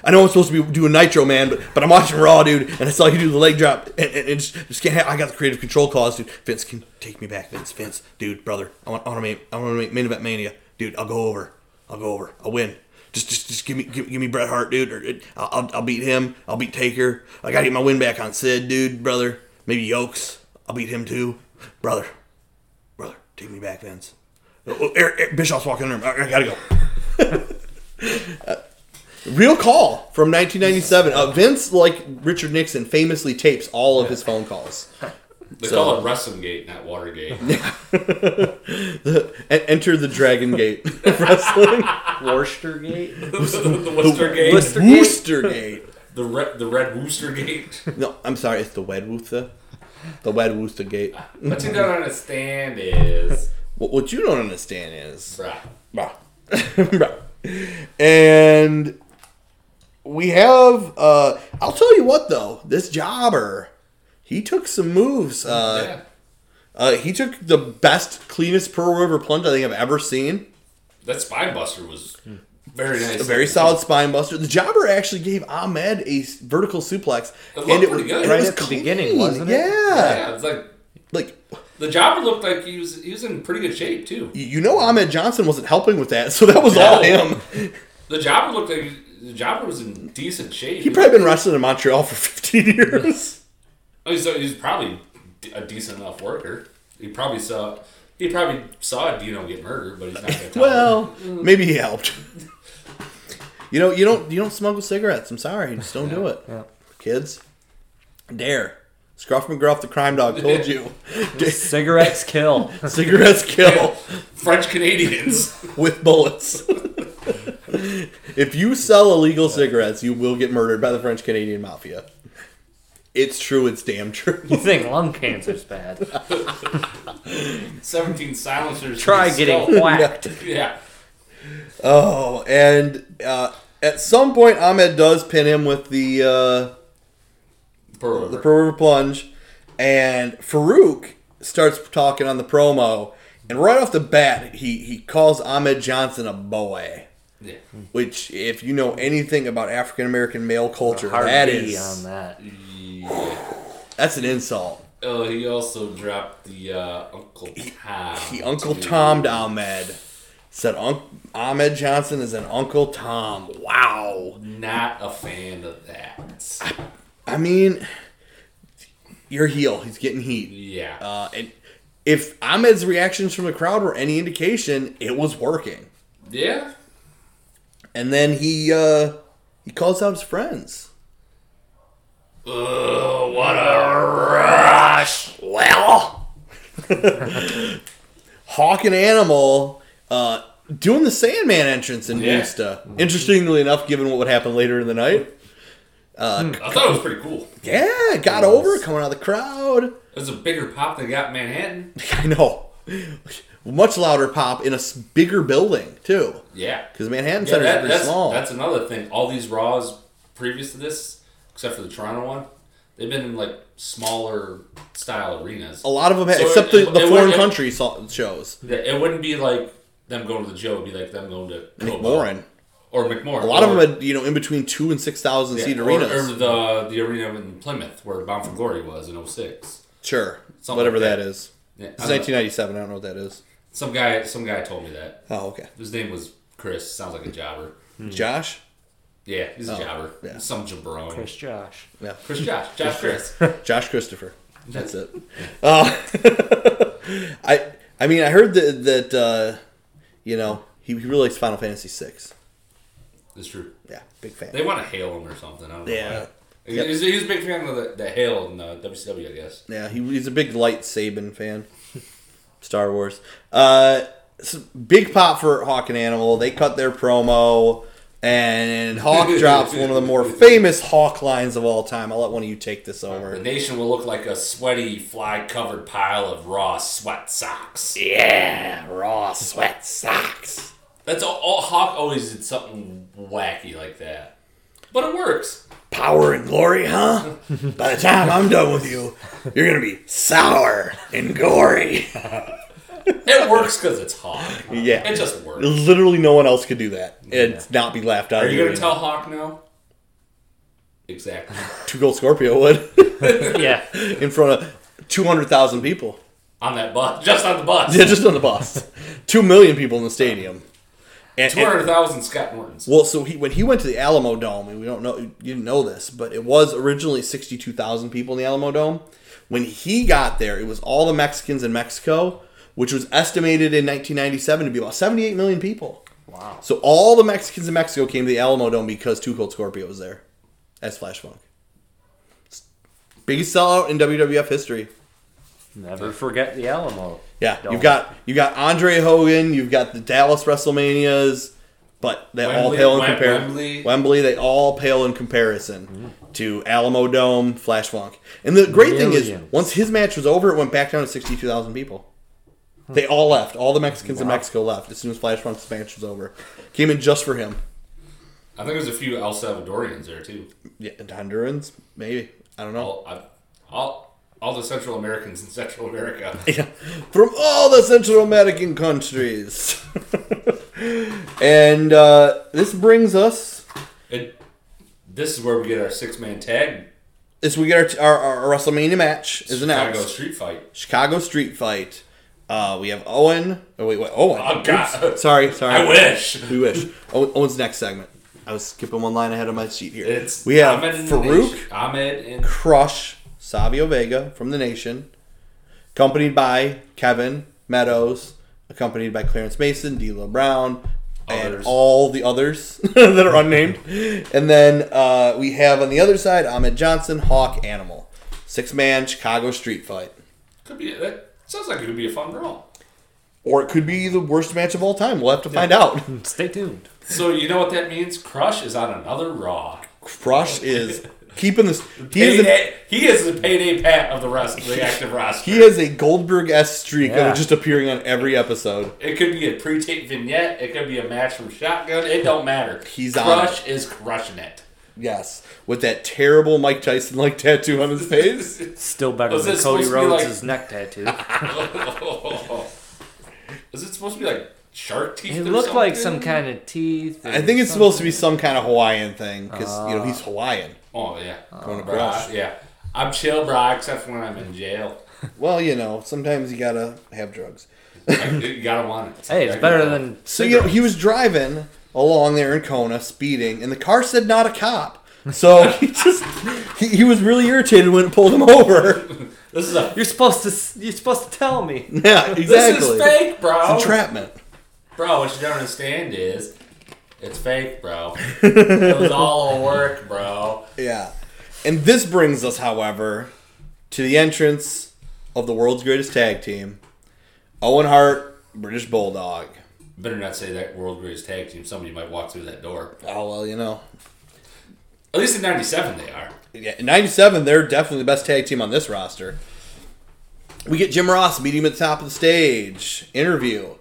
Speaker 1: I know I'm supposed to be doing Nitro, man, but, but I'm watching Raw, dude, and I saw you do the leg drop, and, and, and just, just can't. Have, I got the creative control clause, dude. Vince can take me back, Vince, Vince, dude, brother. I want, I want to make, I want to make main event mania, dude. I'll go over, I'll go over, I'll win. just just just give me give, give me Bret Hart, dude. Or it, I'll, I'll I'll beat him. I'll beat Taker. I gotta get my win back on Sid, dude, brother. Maybe Yokes. I'll beat him too, brother. Brother, take me back, Vince. Oh, oh, Eric, Eric Bischoff's walking in the room. I, I gotta go. Real call from 1997. Uh, Vince, like Richard Nixon, famously tapes all of his phone calls.
Speaker 2: They call
Speaker 1: um,
Speaker 2: it Wrestling Gate,
Speaker 1: [laughs]
Speaker 2: not Watergate. [laughs]
Speaker 1: The- en- E, enter the Dragon Gate [laughs] of wrestling.
Speaker 3: Worcester Gate?
Speaker 2: [laughs] the Worcester Gate.
Speaker 3: Worcester- Gate.
Speaker 1: Wooster Gate.
Speaker 2: The, re- the Red
Speaker 1: [laughs]
Speaker 2: Wooster Gate.
Speaker 1: No, I'm sorry. It's the Wedwutha. The Wedwutha Gate.
Speaker 2: What you don't understand is.
Speaker 1: What, what you don't understand is
Speaker 2: Bruh.
Speaker 1: Bruh. [laughs] Bruh. And we have uh I'll tell you what though, this jobber, he took some moves. Uh,
Speaker 2: yeah.
Speaker 1: uh he took the best, cleanest Pearl River plunge I think I've ever seen.
Speaker 2: That Spinebuster was very nice.
Speaker 1: A very solid spine buster. The jobber actually gave Ahmed a s- vertical suplex.
Speaker 2: It looked pretty good.
Speaker 3: Right
Speaker 1: was
Speaker 3: at the beginning, wasn't it?
Speaker 1: Yeah.
Speaker 2: Yeah, it's like.
Speaker 1: Like
Speaker 2: The jobber looked like he was he was in pretty good shape too.
Speaker 1: you know Ahmed Johnson wasn't helping with that, [laughs] so that was all him.
Speaker 2: The jobber looked like the jobber was in decent shape.
Speaker 1: He probably been wrestling in Montreal for [laughs] 15 years.
Speaker 2: Oh, he's, he's probably d- a decent enough worker. He probably saw he probably saw Dino get murdered,
Speaker 1: [laughs]
Speaker 2: but he's not gonna tell him.
Speaker 1: Well, Mm. maybe he helped. you know, you don't you don't smuggle cigarettes. I'm sorry, just don't do it,
Speaker 3: Yeah.
Speaker 1: kids. Dare Scruff McGruff, the crime dog, told you. [laughs] Dare-
Speaker 2: [laughs]
Speaker 3: Cigarettes kill.
Speaker 1: cigarettes kill
Speaker 2: French Canadians. [laughs]
Speaker 1: with bullets. if you sell illegal cigarettes, you will get murdered by the French Canadian mafia. It's true. It's damn true. [laughs]
Speaker 3: You think lung cancer's bad?
Speaker 2: Seventeen silencers. to
Speaker 3: Try
Speaker 2: the
Speaker 3: getting
Speaker 2: skull.
Speaker 3: whacked.
Speaker 2: Yeah.
Speaker 1: Oh, and uh, at some point, Ahmed does pin him with the. Uh,
Speaker 2: Pearl
Speaker 1: the
Speaker 2: River.
Speaker 1: Pearl River Plunge, and Farouk starts talking on the promo, and right off the bat, he he calls Ahmed Johnson a boy,
Speaker 2: yeah.
Speaker 1: which if you know anything about African American male culture,
Speaker 3: Hard
Speaker 1: that
Speaker 3: B
Speaker 1: is
Speaker 3: on that.
Speaker 2: Yeah.
Speaker 1: that's an insult.
Speaker 2: Oh, he also dropped the uh, Uncle Tom.
Speaker 1: He Uncle
Speaker 2: too.
Speaker 1: Tom'd Ahmed. Said Unc Ahmed Johnson is an Uncle Tom. Wow.
Speaker 2: Not a fan of that.
Speaker 1: I mean, you're heel. He's getting heat.
Speaker 2: Yeah.
Speaker 1: Uh, and if Ahmed's reactions from the crowd were any indication, it was working.
Speaker 2: yeah.
Speaker 1: and then he uh he calls out his friends.
Speaker 2: Ugh, what a
Speaker 1: Well, Hawk and Animal uh, doing the Sandman entrance in
Speaker 2: Yeah.
Speaker 1: Musta. Interestingly enough, given what would happen later in the night,
Speaker 2: I thought it was pretty cool.
Speaker 1: yeah, got over coming out of the crowd. [laughs]
Speaker 2: It was a bigger pop than got in Manhattan.
Speaker 1: I know, much louder pop in a s- bigger building too,
Speaker 2: Yeah.
Speaker 1: because Manhattan
Speaker 2: Yeah,
Speaker 1: Center is
Speaker 2: that,
Speaker 1: pretty
Speaker 2: that's,
Speaker 1: small.
Speaker 2: that's another thing. All these Raws previous to this, except for the Toronto one, they've been in like smaller style arenas.
Speaker 1: a lot of them, had,
Speaker 2: So
Speaker 1: except
Speaker 2: it-
Speaker 1: the, the
Speaker 2: it- it-
Speaker 1: foreign
Speaker 2: it-
Speaker 1: country saw, shows.
Speaker 2: Yeah, It wouldn't be like them going to the Joe. It'd be like them going to Cobo.
Speaker 1: Warren.
Speaker 2: or McMoran.
Speaker 1: A lot of
Speaker 2: or-
Speaker 1: them had, you know, in between two and six thousand
Speaker 2: yeah,
Speaker 1: seat
Speaker 2: or-
Speaker 1: arenas.
Speaker 2: Or, the the arena in Plymouth where Bound for Glory was in 06.
Speaker 1: Sure.
Speaker 2: Something
Speaker 1: Whatever
Speaker 2: like
Speaker 1: that
Speaker 2: that.
Speaker 1: is.
Speaker 2: Yeah,
Speaker 1: It's
Speaker 2: I don't know.
Speaker 1: 1997. I don't know what that is.
Speaker 2: Some guy some guy told me that
Speaker 1: Oh, okay.
Speaker 2: his name was Chris. Sounds like a jobber.
Speaker 1: Josh?
Speaker 2: Yeah, he's a jobber.
Speaker 1: yeah.
Speaker 2: Some jabron.
Speaker 3: Chris [laughs] Josh.
Speaker 1: Yeah.
Speaker 2: Chris Josh. Josh Chris.
Speaker 1: [laughs] Josh
Speaker 2: [laughs]
Speaker 1: Christopher. That's it. Uh, [laughs] I I mean, I heard that, that uh, you know, he he really likes Final Fantasy VI.
Speaker 2: It's true.
Speaker 1: Yeah, big fan.
Speaker 2: They want to hail him or something. I don't know.
Speaker 1: Yeah.
Speaker 2: why. He's, he's a big fan of the, the hail in uh, the WCW, I guess.
Speaker 1: Yeah, he, he's a big light Saban fan. [laughs] Star Wars. Uh, s- big pop for Hawk and Animal. They cut their promo, and
Speaker 2: [laughs]
Speaker 1: Hawk drops one of the more famous Hawk lines of all time. I'll let one of you take this over.
Speaker 2: The nation will look like a sweaty, fly covered pile of raw sweat socks.
Speaker 1: Yeah, raw sweat socks.
Speaker 2: That's all, all. Hawk always did something wacky like that. But it works.
Speaker 1: Power and glory, [laughs] huh? By the time I'm done with you, you're gonna be sour and gory.
Speaker 2: It works because it's Hawk.
Speaker 1: Yeah.
Speaker 2: It just works.
Speaker 1: Literally, no one else could do that and not be laughed out.
Speaker 2: Are
Speaker 1: of
Speaker 2: you
Speaker 1: the
Speaker 2: going to
Speaker 1: arena.
Speaker 2: tell Hawk now? Exactly.
Speaker 1: Two Gold Scorpio would
Speaker 3: Yeah.
Speaker 1: in front of two hundred thousand people. [laughs]
Speaker 2: on that bus. Just on the bus.
Speaker 1: Yeah, just on the bus. Two million people in the stadium. And,
Speaker 2: Two hundred thousand Scott Norton's.
Speaker 1: well, so he when he went to the Alamo Dome, and we don't know you didn't know this, but it was originally sixty two thousand people in the Alamo Dome. When he got there, it was all the Mexicans in Mexico, which was estimated in nineteen ninety seven to be about seventy eight million people.
Speaker 3: Wow.
Speaker 1: So all the Mexicans in Mexico came to the Alamo Dome because Two Cold Scorpio was there as Flash Funk. Biggest sellout in WWF history.
Speaker 3: Never forget the Alamo.
Speaker 1: Yeah,
Speaker 3: Dome.
Speaker 1: you've got you have got Andre Hogan, you've got the Dallas WrestleManias, but they all
Speaker 2: Wembley-
Speaker 1: pale in
Speaker 2: Wem-
Speaker 1: comparison. Wembley.
Speaker 2: Wembley.
Speaker 1: they all pale in comparison to Alamo Dome, Flash Funk. And the great thing is,
Speaker 3: Millions.
Speaker 1: once his match was over, it went back down to sixty-two thousand people. They all left. All the Mexicans in Mexico left as soon as Flash Funk's match was over. Came in just for him.
Speaker 2: I think there's a few El Salvadorians there too.
Speaker 1: Yeah, and Hondurans, maybe. I don't know.
Speaker 2: All, I, all, all the Central Americans in Central
Speaker 1: [laughs]
Speaker 2: America.
Speaker 1: Yeah, from all the Central American countries. [laughs] and uh, this brings us,
Speaker 2: And this is where we get our six man tag
Speaker 1: as we get our, our, our WrestleMania match is
Speaker 2: Chicago
Speaker 1: announced.
Speaker 2: Street Fight.
Speaker 1: Chicago Street Fight. Uh, we have Owen. Oh wait, wait, Owen.
Speaker 2: Oh, God.
Speaker 1: Oops. Sorry, sorry.
Speaker 2: I wish.
Speaker 1: [laughs] We wish. Owen, Owen's next segment. I was skipping one line ahead of my sheet here.
Speaker 2: It's
Speaker 1: we have
Speaker 2: Ahmed and the
Speaker 1: Farouk.
Speaker 2: Nation- Ahmed and
Speaker 1: crush Savio Vega from the Nation, accompanied by Kevin Meadows, accompanied by Clarence Mason, D'Lo Brown, and
Speaker 2: Others.
Speaker 1: all the others [laughs] that are unnamed. And then uh, we have on the other side Ahmed Johnson, Hawk Animal, six man Chicago street fight.
Speaker 2: could be that sounds like it could be a fun brawl.
Speaker 1: Or it could be the worst match of all time. We'll have to find out.
Speaker 3: Hmm, Stay tuned.
Speaker 2: So you know what that means? Crush is on another Raw.
Speaker 1: Crush is keeping this. He is, an,
Speaker 2: Payday, he is the payday pat of the rest of
Speaker 1: [laughs]
Speaker 2: the active roster.
Speaker 1: he has a Goldberg esque streak
Speaker 3: Yeah.
Speaker 1: of just appearing on every episode.
Speaker 2: It could be a pre-taped vignette. It could be a match from Shotgun. It don't matter.
Speaker 1: He's on
Speaker 2: Crush is crushing it. [laughs]
Speaker 1: Yes, with that terrible Mike Tyson like tattoo on his face.
Speaker 3: Still better
Speaker 2: Was
Speaker 3: than
Speaker 2: this
Speaker 3: Cody
Speaker 2: supposed to be like-
Speaker 3: Rhodes'
Speaker 1: [laughs]
Speaker 3: neck tattoo.
Speaker 2: Is it supposed to be like shark teeth?
Speaker 3: It
Speaker 2: or
Speaker 3: looked like some
Speaker 2: something?
Speaker 3: kind of teeth.
Speaker 1: I think it's supposed to be some kind of Hawaiian thing because you know he's Hawaiian.
Speaker 2: Oh yeah,
Speaker 1: Going
Speaker 2: Bro,
Speaker 1: across.
Speaker 2: I- yeah. I'm chill, bro, except for when I'm in jail.
Speaker 1: Well, you know sometimes you gotta have drugs.
Speaker 2: I- you gotta want it. uh,
Speaker 3: Hey, it's
Speaker 2: I
Speaker 3: better
Speaker 2: gotta-
Speaker 3: than.
Speaker 1: [laughs] So you know he was driving along there in Kona, speeding, and the car said not a cop. So [laughs] he just he, he was really irritated when it pulled him over. [laughs]
Speaker 2: this is a
Speaker 3: You're supposed to. s- You're supposed to tell me.
Speaker 1: Yeah,
Speaker 2: this
Speaker 1: exactly.
Speaker 2: is fake, bro.
Speaker 1: It's entrapment.
Speaker 2: bro, what you don't understand is it's
Speaker 1: [laughs]
Speaker 2: fake, bro. it was all a work, bro.
Speaker 1: Yeah, and this brings us, however, to the entrance of the world's greatest tag team, Owen Hart, British Bulldog.
Speaker 2: Better not say that world greatest tag team. Somebody might walk through that door.
Speaker 1: Oh well, you know.
Speaker 2: At least in '97 they are.
Speaker 1: Yeah, in '97, they're definitely the best tag team on this roster. We get Jim Ross meeting him at the top of the stage. Interview.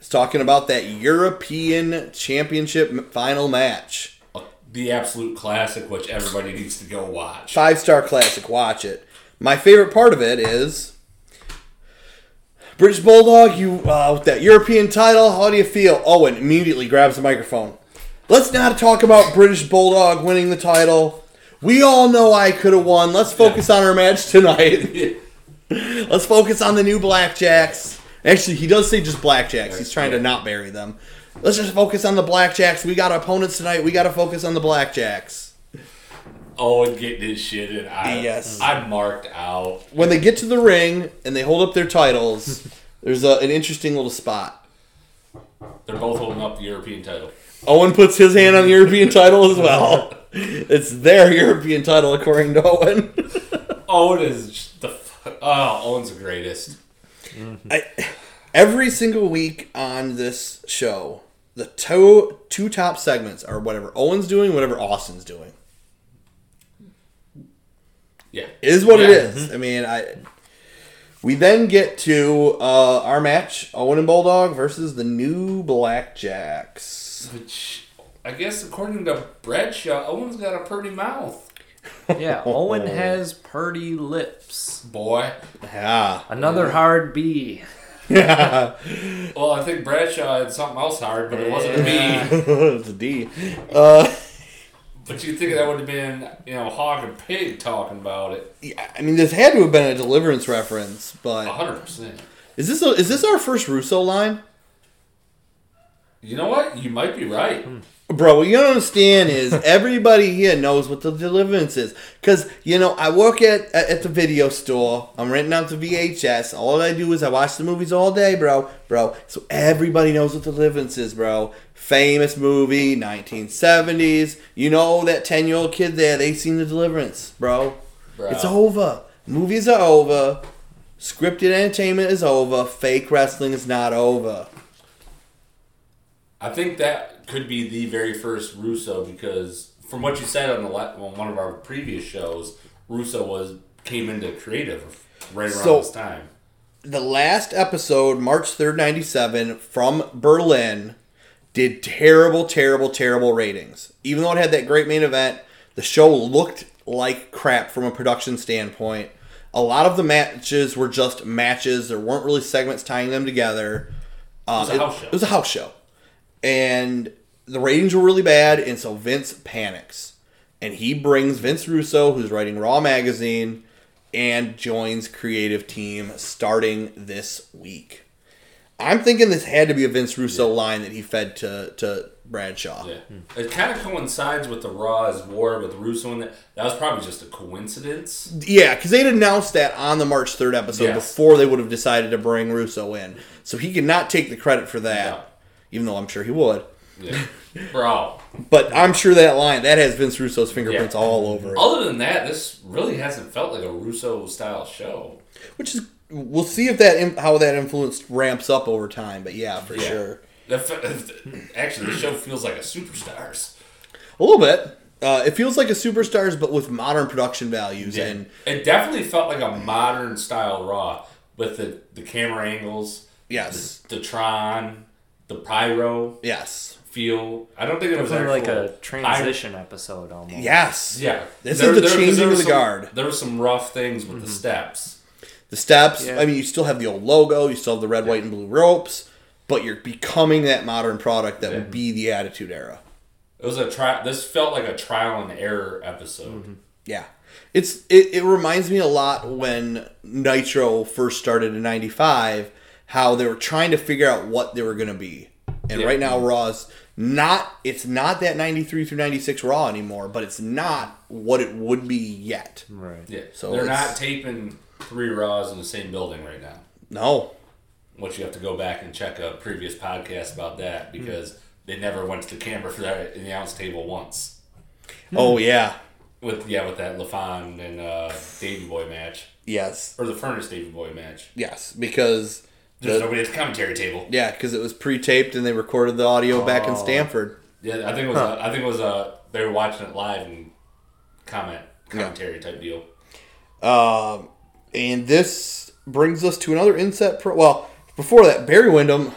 Speaker 1: It's talking about that European Championship m- final match.
Speaker 2: Uh, The absolute classic, which everybody needs to go watch.
Speaker 1: Five star classic. Watch it. My favorite part of it is British Bulldog. You uh, with that European title? How do you feel? Owen immediately grabs the microphone. Let's not talk about British Bulldog winning the title. We all know I could have won. Let's focus on our match tonight. [laughs] Let's focus on the new blackjacks. Actually, he does say just blackjacks. He's trying to not bury them. Let's just focus on the blackjacks. We got opponents tonight. We got to focus on the blackjacks.
Speaker 2: Owen getting his shit in. I,
Speaker 1: Yes.
Speaker 2: I marked out.
Speaker 1: When they get to the ring and they hold up their titles, there's a, an interesting little spot.
Speaker 2: They're both holding up the European title.
Speaker 1: Owen puts his hand on the European title as well. It's their European title, according to Owen.
Speaker 2: Owen is the fu- oh, Owen's the greatest.
Speaker 1: I, every single week on this show, the two, two top segments are whatever Owen's doing, whatever Austin's doing.
Speaker 2: Yeah,
Speaker 1: It is what it
Speaker 2: Yeah.
Speaker 1: is. I mean, I. We then get to uh, our match: Owen and Bulldog versus the New Blackjacks.
Speaker 2: Which I guess according to Bradshaw, Owen's got a pretty mouth,
Speaker 3: Yeah, Owen has purdy lips.
Speaker 2: boy.
Speaker 1: Yeah, [laughs]
Speaker 3: Another hard B.
Speaker 2: Well, I think Bradshaw had something else hard, but it wasn't me.
Speaker 1: it's a D. Uh,
Speaker 2: But you think that would have been you know Hog and Pig talking about it?
Speaker 1: yeah, I mean, this had to have been a Deliverance reference, but
Speaker 2: hundred percent.
Speaker 1: is this a, is this our first Russo line?
Speaker 2: You know what? You might be right.
Speaker 1: Hmm. Bro, what you don't understand is everybody here knows what the deliverance is. Because, you know, I work at, at, at the video store. I'm renting out the VHS. All I do is I watch the movies all day, bro. Bro, so everybody knows what the deliverance is, bro. Famous movie, 1970s. You know that 10 year old kid there, they seen the deliverance, bro.
Speaker 2: Bro.
Speaker 1: It's over. Movies are over. Scripted entertainment is over. Fake wrestling is not over.
Speaker 2: I think that could be the very first Russo because from what you said on the la- on one of our previous shows, Russo was came into creative right around
Speaker 1: So-
Speaker 2: this time.
Speaker 1: the last episode, March 3rd, 97, from Berlin, did terrible, terrible, terrible ratings. Even though it had that great main event, the show looked like crap from a production standpoint. A lot of the matches were just matches. There weren't really segments tying them together. Um,
Speaker 2: was a house show.
Speaker 1: It was a house show. And the ratings were really bad, and so Vince panics. And he brings Vince Russo, who's writing Raw Magazine, and joins creative team starting this week. I'm thinking this had to be a Vince Russo line that he fed to, to Bradshaw.
Speaker 2: Yeah, it kind of coincides with the Raw as War with Russo in that. That was probably just a
Speaker 1: [laughs]
Speaker 2: coincidence.
Speaker 1: Yeah, because they'd announced that on the March 3rd episode
Speaker 2: Yes.
Speaker 1: before they would have decided to bring Russo in. So he cannot take the credit for that,
Speaker 2: No.
Speaker 1: even though I'm sure he would.
Speaker 2: Yeah, bro.
Speaker 1: But I'm sure that line, that has Vince Russo's fingerprints
Speaker 2: Yeah.
Speaker 1: all over it.
Speaker 2: Other than that, this really hasn't felt like a Russo style show.
Speaker 1: Which is, we'll see if that, im- how that influence ramps up over time. But yeah, for
Speaker 2: Yeah.
Speaker 1: sure.
Speaker 2: The f- [laughs] Actually, the show feels like a Superstars.
Speaker 1: A little bit. Uh, it feels like a Superstars, but with modern production values and
Speaker 2: it definitely felt like a modern style Raw with the, the camera angles,
Speaker 1: Yes.
Speaker 2: the, the Tron, the pyro
Speaker 1: Yes.
Speaker 2: feel. I don't think it was
Speaker 3: Kind of like
Speaker 2: actual
Speaker 3: a transition episode almost.
Speaker 1: Yes.
Speaker 2: I- yeah,
Speaker 1: This
Speaker 2: is
Speaker 1: is the changing of the
Speaker 2: some,
Speaker 1: guard.
Speaker 2: There were some rough things with
Speaker 3: Mm-hmm.
Speaker 2: the steps.
Speaker 1: The steps.
Speaker 3: Yeah.
Speaker 1: I mean, you still have the old logo. You still have the red, white, and blue ropes, but you're becoming that modern product that would be the Attitude Era.
Speaker 2: It was a tri- This felt like a trial and error episode.
Speaker 3: Mm-hmm.
Speaker 1: Yeah. It's it, it reminds me a lot when Nitro first started in 95 how they were trying to figure out what they were going to be. And
Speaker 2: Yeah.
Speaker 1: right now Raw's not it's not that 93 through 96 Raw anymore, but it's not what it would be yet.
Speaker 3: Right.
Speaker 2: Yeah,
Speaker 1: So
Speaker 2: they're
Speaker 1: it's-
Speaker 2: not taping three Raws in the same building right now.
Speaker 1: No.
Speaker 2: Which you have to go back and check a previous podcast about that because
Speaker 3: Mm-hmm.
Speaker 2: they never went to the camera for that in the announce table once.
Speaker 1: Oh yeah.
Speaker 2: With yeah, with that LaFon and uh, Davy Boy match
Speaker 1: Yes.
Speaker 2: or the Furnace Davy Boy match.
Speaker 1: Yes, because
Speaker 2: There's
Speaker 1: The-
Speaker 2: nobody at the commentary table.
Speaker 1: yeah, because it was pre-taped and they recorded the audio back in
Speaker 3: Oh.
Speaker 1: Stanford.
Speaker 2: Yeah, I think it was. uh I think it was. Uh, they were watching it live and comment commentary type deal.
Speaker 1: Um, and this brings us to another inset. Pro- well, before that, Barry Windham.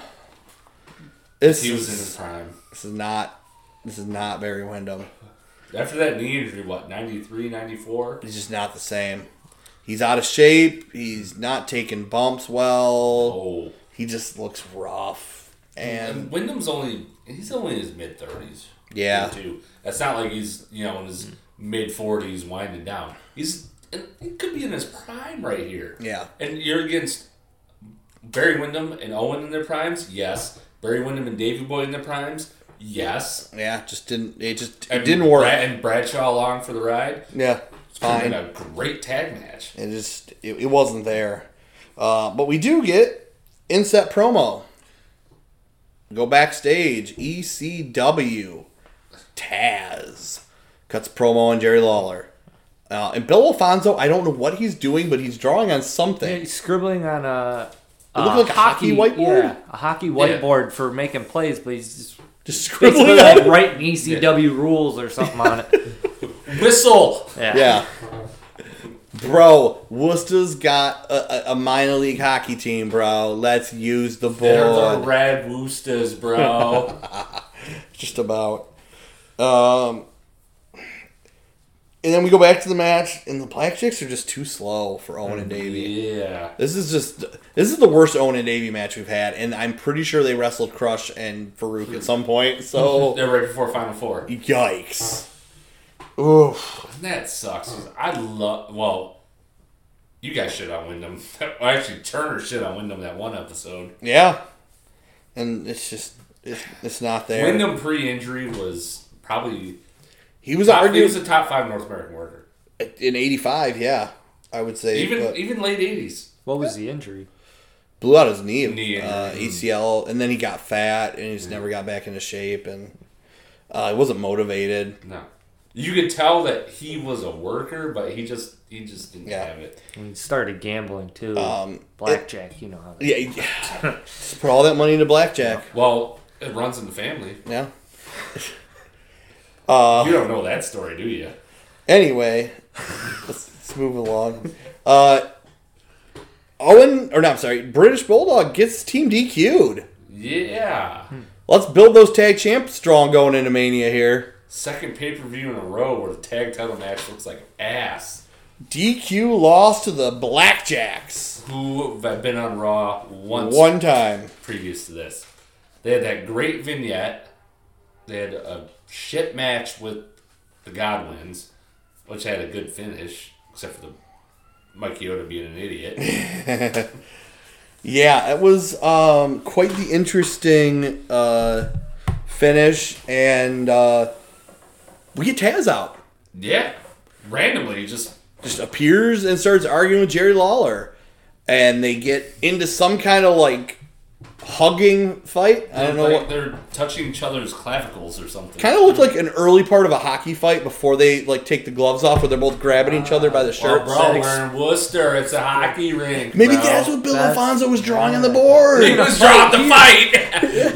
Speaker 1: This
Speaker 2: He was in
Speaker 1: is-
Speaker 2: his prime.
Speaker 1: This is not. This is not Barry Windham.
Speaker 2: After that knee injury, what 93, 94?
Speaker 1: He's just not the same. He's out of shape. He's not taking bumps well.
Speaker 2: Oh,
Speaker 1: He just looks rough.
Speaker 2: and
Speaker 1: And
Speaker 2: Wyndham's only he's only in his mid thirties.
Speaker 1: Yeah. Mm.
Speaker 2: too. That's not like he's you know in his mid forties winding down. He's he could be in his prime right here.
Speaker 1: yeah,
Speaker 2: And you're against Barry Windham and Owen in their primes? Yes. Barry Windham and Davey Boy in their primes? Yes.
Speaker 1: yeah, just didn't. It just it
Speaker 2: And
Speaker 1: didn't work.
Speaker 2: Mm-hmm. Brad- and Bradshaw along for the ride?
Speaker 1: yeah,
Speaker 2: It's
Speaker 1: fine.
Speaker 2: been a great tag match.
Speaker 1: It just it, it wasn't there. Uh, but we do get inset promo. Go backstage. ECW. Taz cuts promo on Jerry Lawler. Uh, and Bill Alfonso, I don't know what he's doing, but he's drawing on
Speaker 3: Yeah,
Speaker 1: something.
Speaker 3: he's scribbling on a,
Speaker 1: It looked like a hockey whiteboard.
Speaker 3: Yeah, a hockey whiteboard for making plays, but he's just
Speaker 1: [laughs] Just
Speaker 3: basically [laughs]
Speaker 1: scribbling
Speaker 3: like
Speaker 1: on.
Speaker 3: writing ECW rules or something on it.
Speaker 2: Whistle!
Speaker 3: Yeah.
Speaker 1: Yeah. Bro, Worcester's got a, a, a minor league hockey team, bro. Let's use the
Speaker 2: They're the
Speaker 1: board.
Speaker 2: Red
Speaker 1: [laughs]
Speaker 2: Woostas, bro.
Speaker 1: just about. Um, and then we go back to the match, and the black chicks are just too slow for Owen and
Speaker 2: Mm-hmm.
Speaker 1: Davey.
Speaker 2: yeah.
Speaker 1: This is just this is the worst Owen and Davey match we've had, and I'm pretty sure they wrestled Crush and Farouk at some point. So
Speaker 2: [laughs] They're right before Final Four.
Speaker 1: yikes. Oof.
Speaker 2: That sucks. 'cause I love. Well, you guys shit on Wyndham. [laughs] Actually, Turner shit on Wyndham that one episode.
Speaker 1: Yeah. And it's just It's, it's not there.
Speaker 2: Wyndham pre-injury was probably
Speaker 1: he was
Speaker 2: top, he
Speaker 1: arguing
Speaker 2: was a top five North American worker.
Speaker 1: in '85. Yeah, I would say
Speaker 2: Even
Speaker 1: but
Speaker 2: even late eighties.
Speaker 3: What was the injury?
Speaker 1: blew out his knee,
Speaker 2: Knee
Speaker 1: uh,
Speaker 2: injury.
Speaker 1: ECL, and then he got fat and he just never got back into shape and uh, he wasn't motivated.
Speaker 2: No, you could tell that he was a worker, but he just he just didn't
Speaker 1: Yeah.
Speaker 2: have it.
Speaker 3: And he started gambling too.
Speaker 1: Um,
Speaker 3: Blackjack, you know how that
Speaker 1: Yeah,
Speaker 2: [laughs]
Speaker 1: yeah. Just put all that money into blackjack.
Speaker 2: Well, it runs in the family.
Speaker 1: Yeah. Uh,
Speaker 2: you don't know that story, do you?
Speaker 1: Anyway, let's, let's move along. Uh, Owen, or no, I'm sorry, British Bulldog gets Team DQ'd.
Speaker 2: Yeah.
Speaker 1: Let's build those tag champs strong going into Mania here.
Speaker 2: Second pay per view in a row where the tag title match looks like ass.
Speaker 1: DQ lost to the Blackjacks
Speaker 2: Who have been on Raw once
Speaker 1: one time.
Speaker 2: previous to this. They had that great vignette. They had a shit match with the Godwins, which had a good finish, except for the Mike Yoda being an
Speaker 1: [laughs]
Speaker 2: idiot.
Speaker 1: Yeah, it was um, quite the interesting uh, finish, and uh, we get Taz out.
Speaker 2: yeah, randomly, just
Speaker 1: just appears and starts arguing with Jerry Lawler, and they get into some kind of like hugging fight. I don't know
Speaker 2: like
Speaker 1: what.
Speaker 2: they're touching each other's clavicles or something.
Speaker 1: Kind of looked like an early part of a hockey fight before they like take the gloves off, where they're both grabbing each other by the
Speaker 2: Well,
Speaker 1: shirts.
Speaker 2: bro, we're in Worcester. It's a hockey rink.
Speaker 1: Maybe
Speaker 2: bro.
Speaker 1: that's what Bill
Speaker 3: That's-
Speaker 1: Alfonso was drawing on the
Speaker 2: [laughs]
Speaker 1: board.
Speaker 2: He was dropped the fight.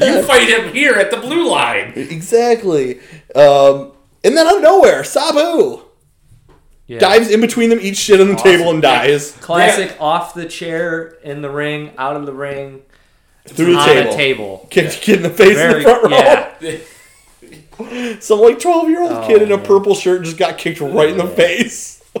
Speaker 1: [laughs]
Speaker 2: you fight him here at the blue line.
Speaker 1: Exactly. Um, and then out of nowhere, Sabu
Speaker 3: Yeah.
Speaker 1: dives in between them, eats shit on the table, and dies
Speaker 3: Classic off the chair, in the ring, out of the ring,
Speaker 1: through the
Speaker 3: on
Speaker 1: table.
Speaker 3: a table.
Speaker 1: Kicked kid in the face in the
Speaker 3: Very,
Speaker 1: front row.
Speaker 3: yeah.
Speaker 1: [laughs] Some like twelve year old
Speaker 3: Oh,
Speaker 1: kid in a
Speaker 3: man.
Speaker 1: purple shirt just got kicked right in the
Speaker 3: Yeah.
Speaker 1: face. [laughs]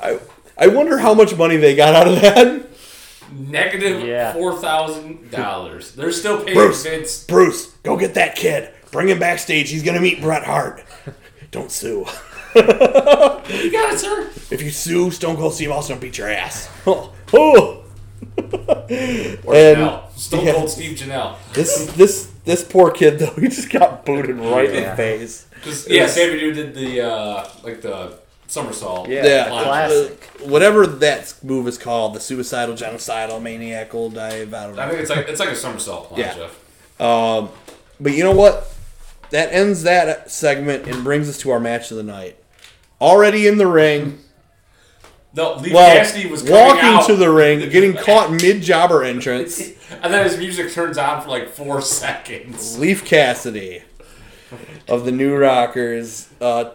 Speaker 1: I I wonder how much money they got out of that. [laughs]
Speaker 2: Negative
Speaker 3: Yeah.
Speaker 2: four thousand dollars. They're still paying
Speaker 1: Bruce.
Speaker 2: Vince.
Speaker 1: Bruce, go get that kid. Bring him backstage. He's gonna meet Bret Hart. [laughs] Don't sue. [laughs]
Speaker 2: You got it, sir.
Speaker 1: If you sue, Stone Cold Steve Austin will beat your ass. [laughs] Oh, oh. and
Speaker 2: Janelle. Stone
Speaker 1: yeah.
Speaker 2: Cold Steve Janelle.
Speaker 1: this this this poor kid though, [laughs] he just got booted right in the face.
Speaker 2: Because yeah, Sammy Dude did the uh, like the somersault.
Speaker 3: Yeah.
Speaker 1: Yeah,
Speaker 3: Classic.
Speaker 1: uh, Whatever that move is called, the suicidal, genocidal, maniacal dive. I don't know.
Speaker 2: I think it's like it's like a somersault plancha.
Speaker 1: Yeah. But you know what? That ends that segment and brings us to our match of the night. Already in the ring,
Speaker 2: No, Lee
Speaker 1: well,
Speaker 2: Cassidy was coming
Speaker 1: walking
Speaker 2: out,
Speaker 1: to the
Speaker 2: [laughs]
Speaker 1: ring, getting caught mid jobber entrance.
Speaker 2: and then his music turns on for like four [laughs] seconds.
Speaker 1: Leaf Cassidy of the New Rockers uh,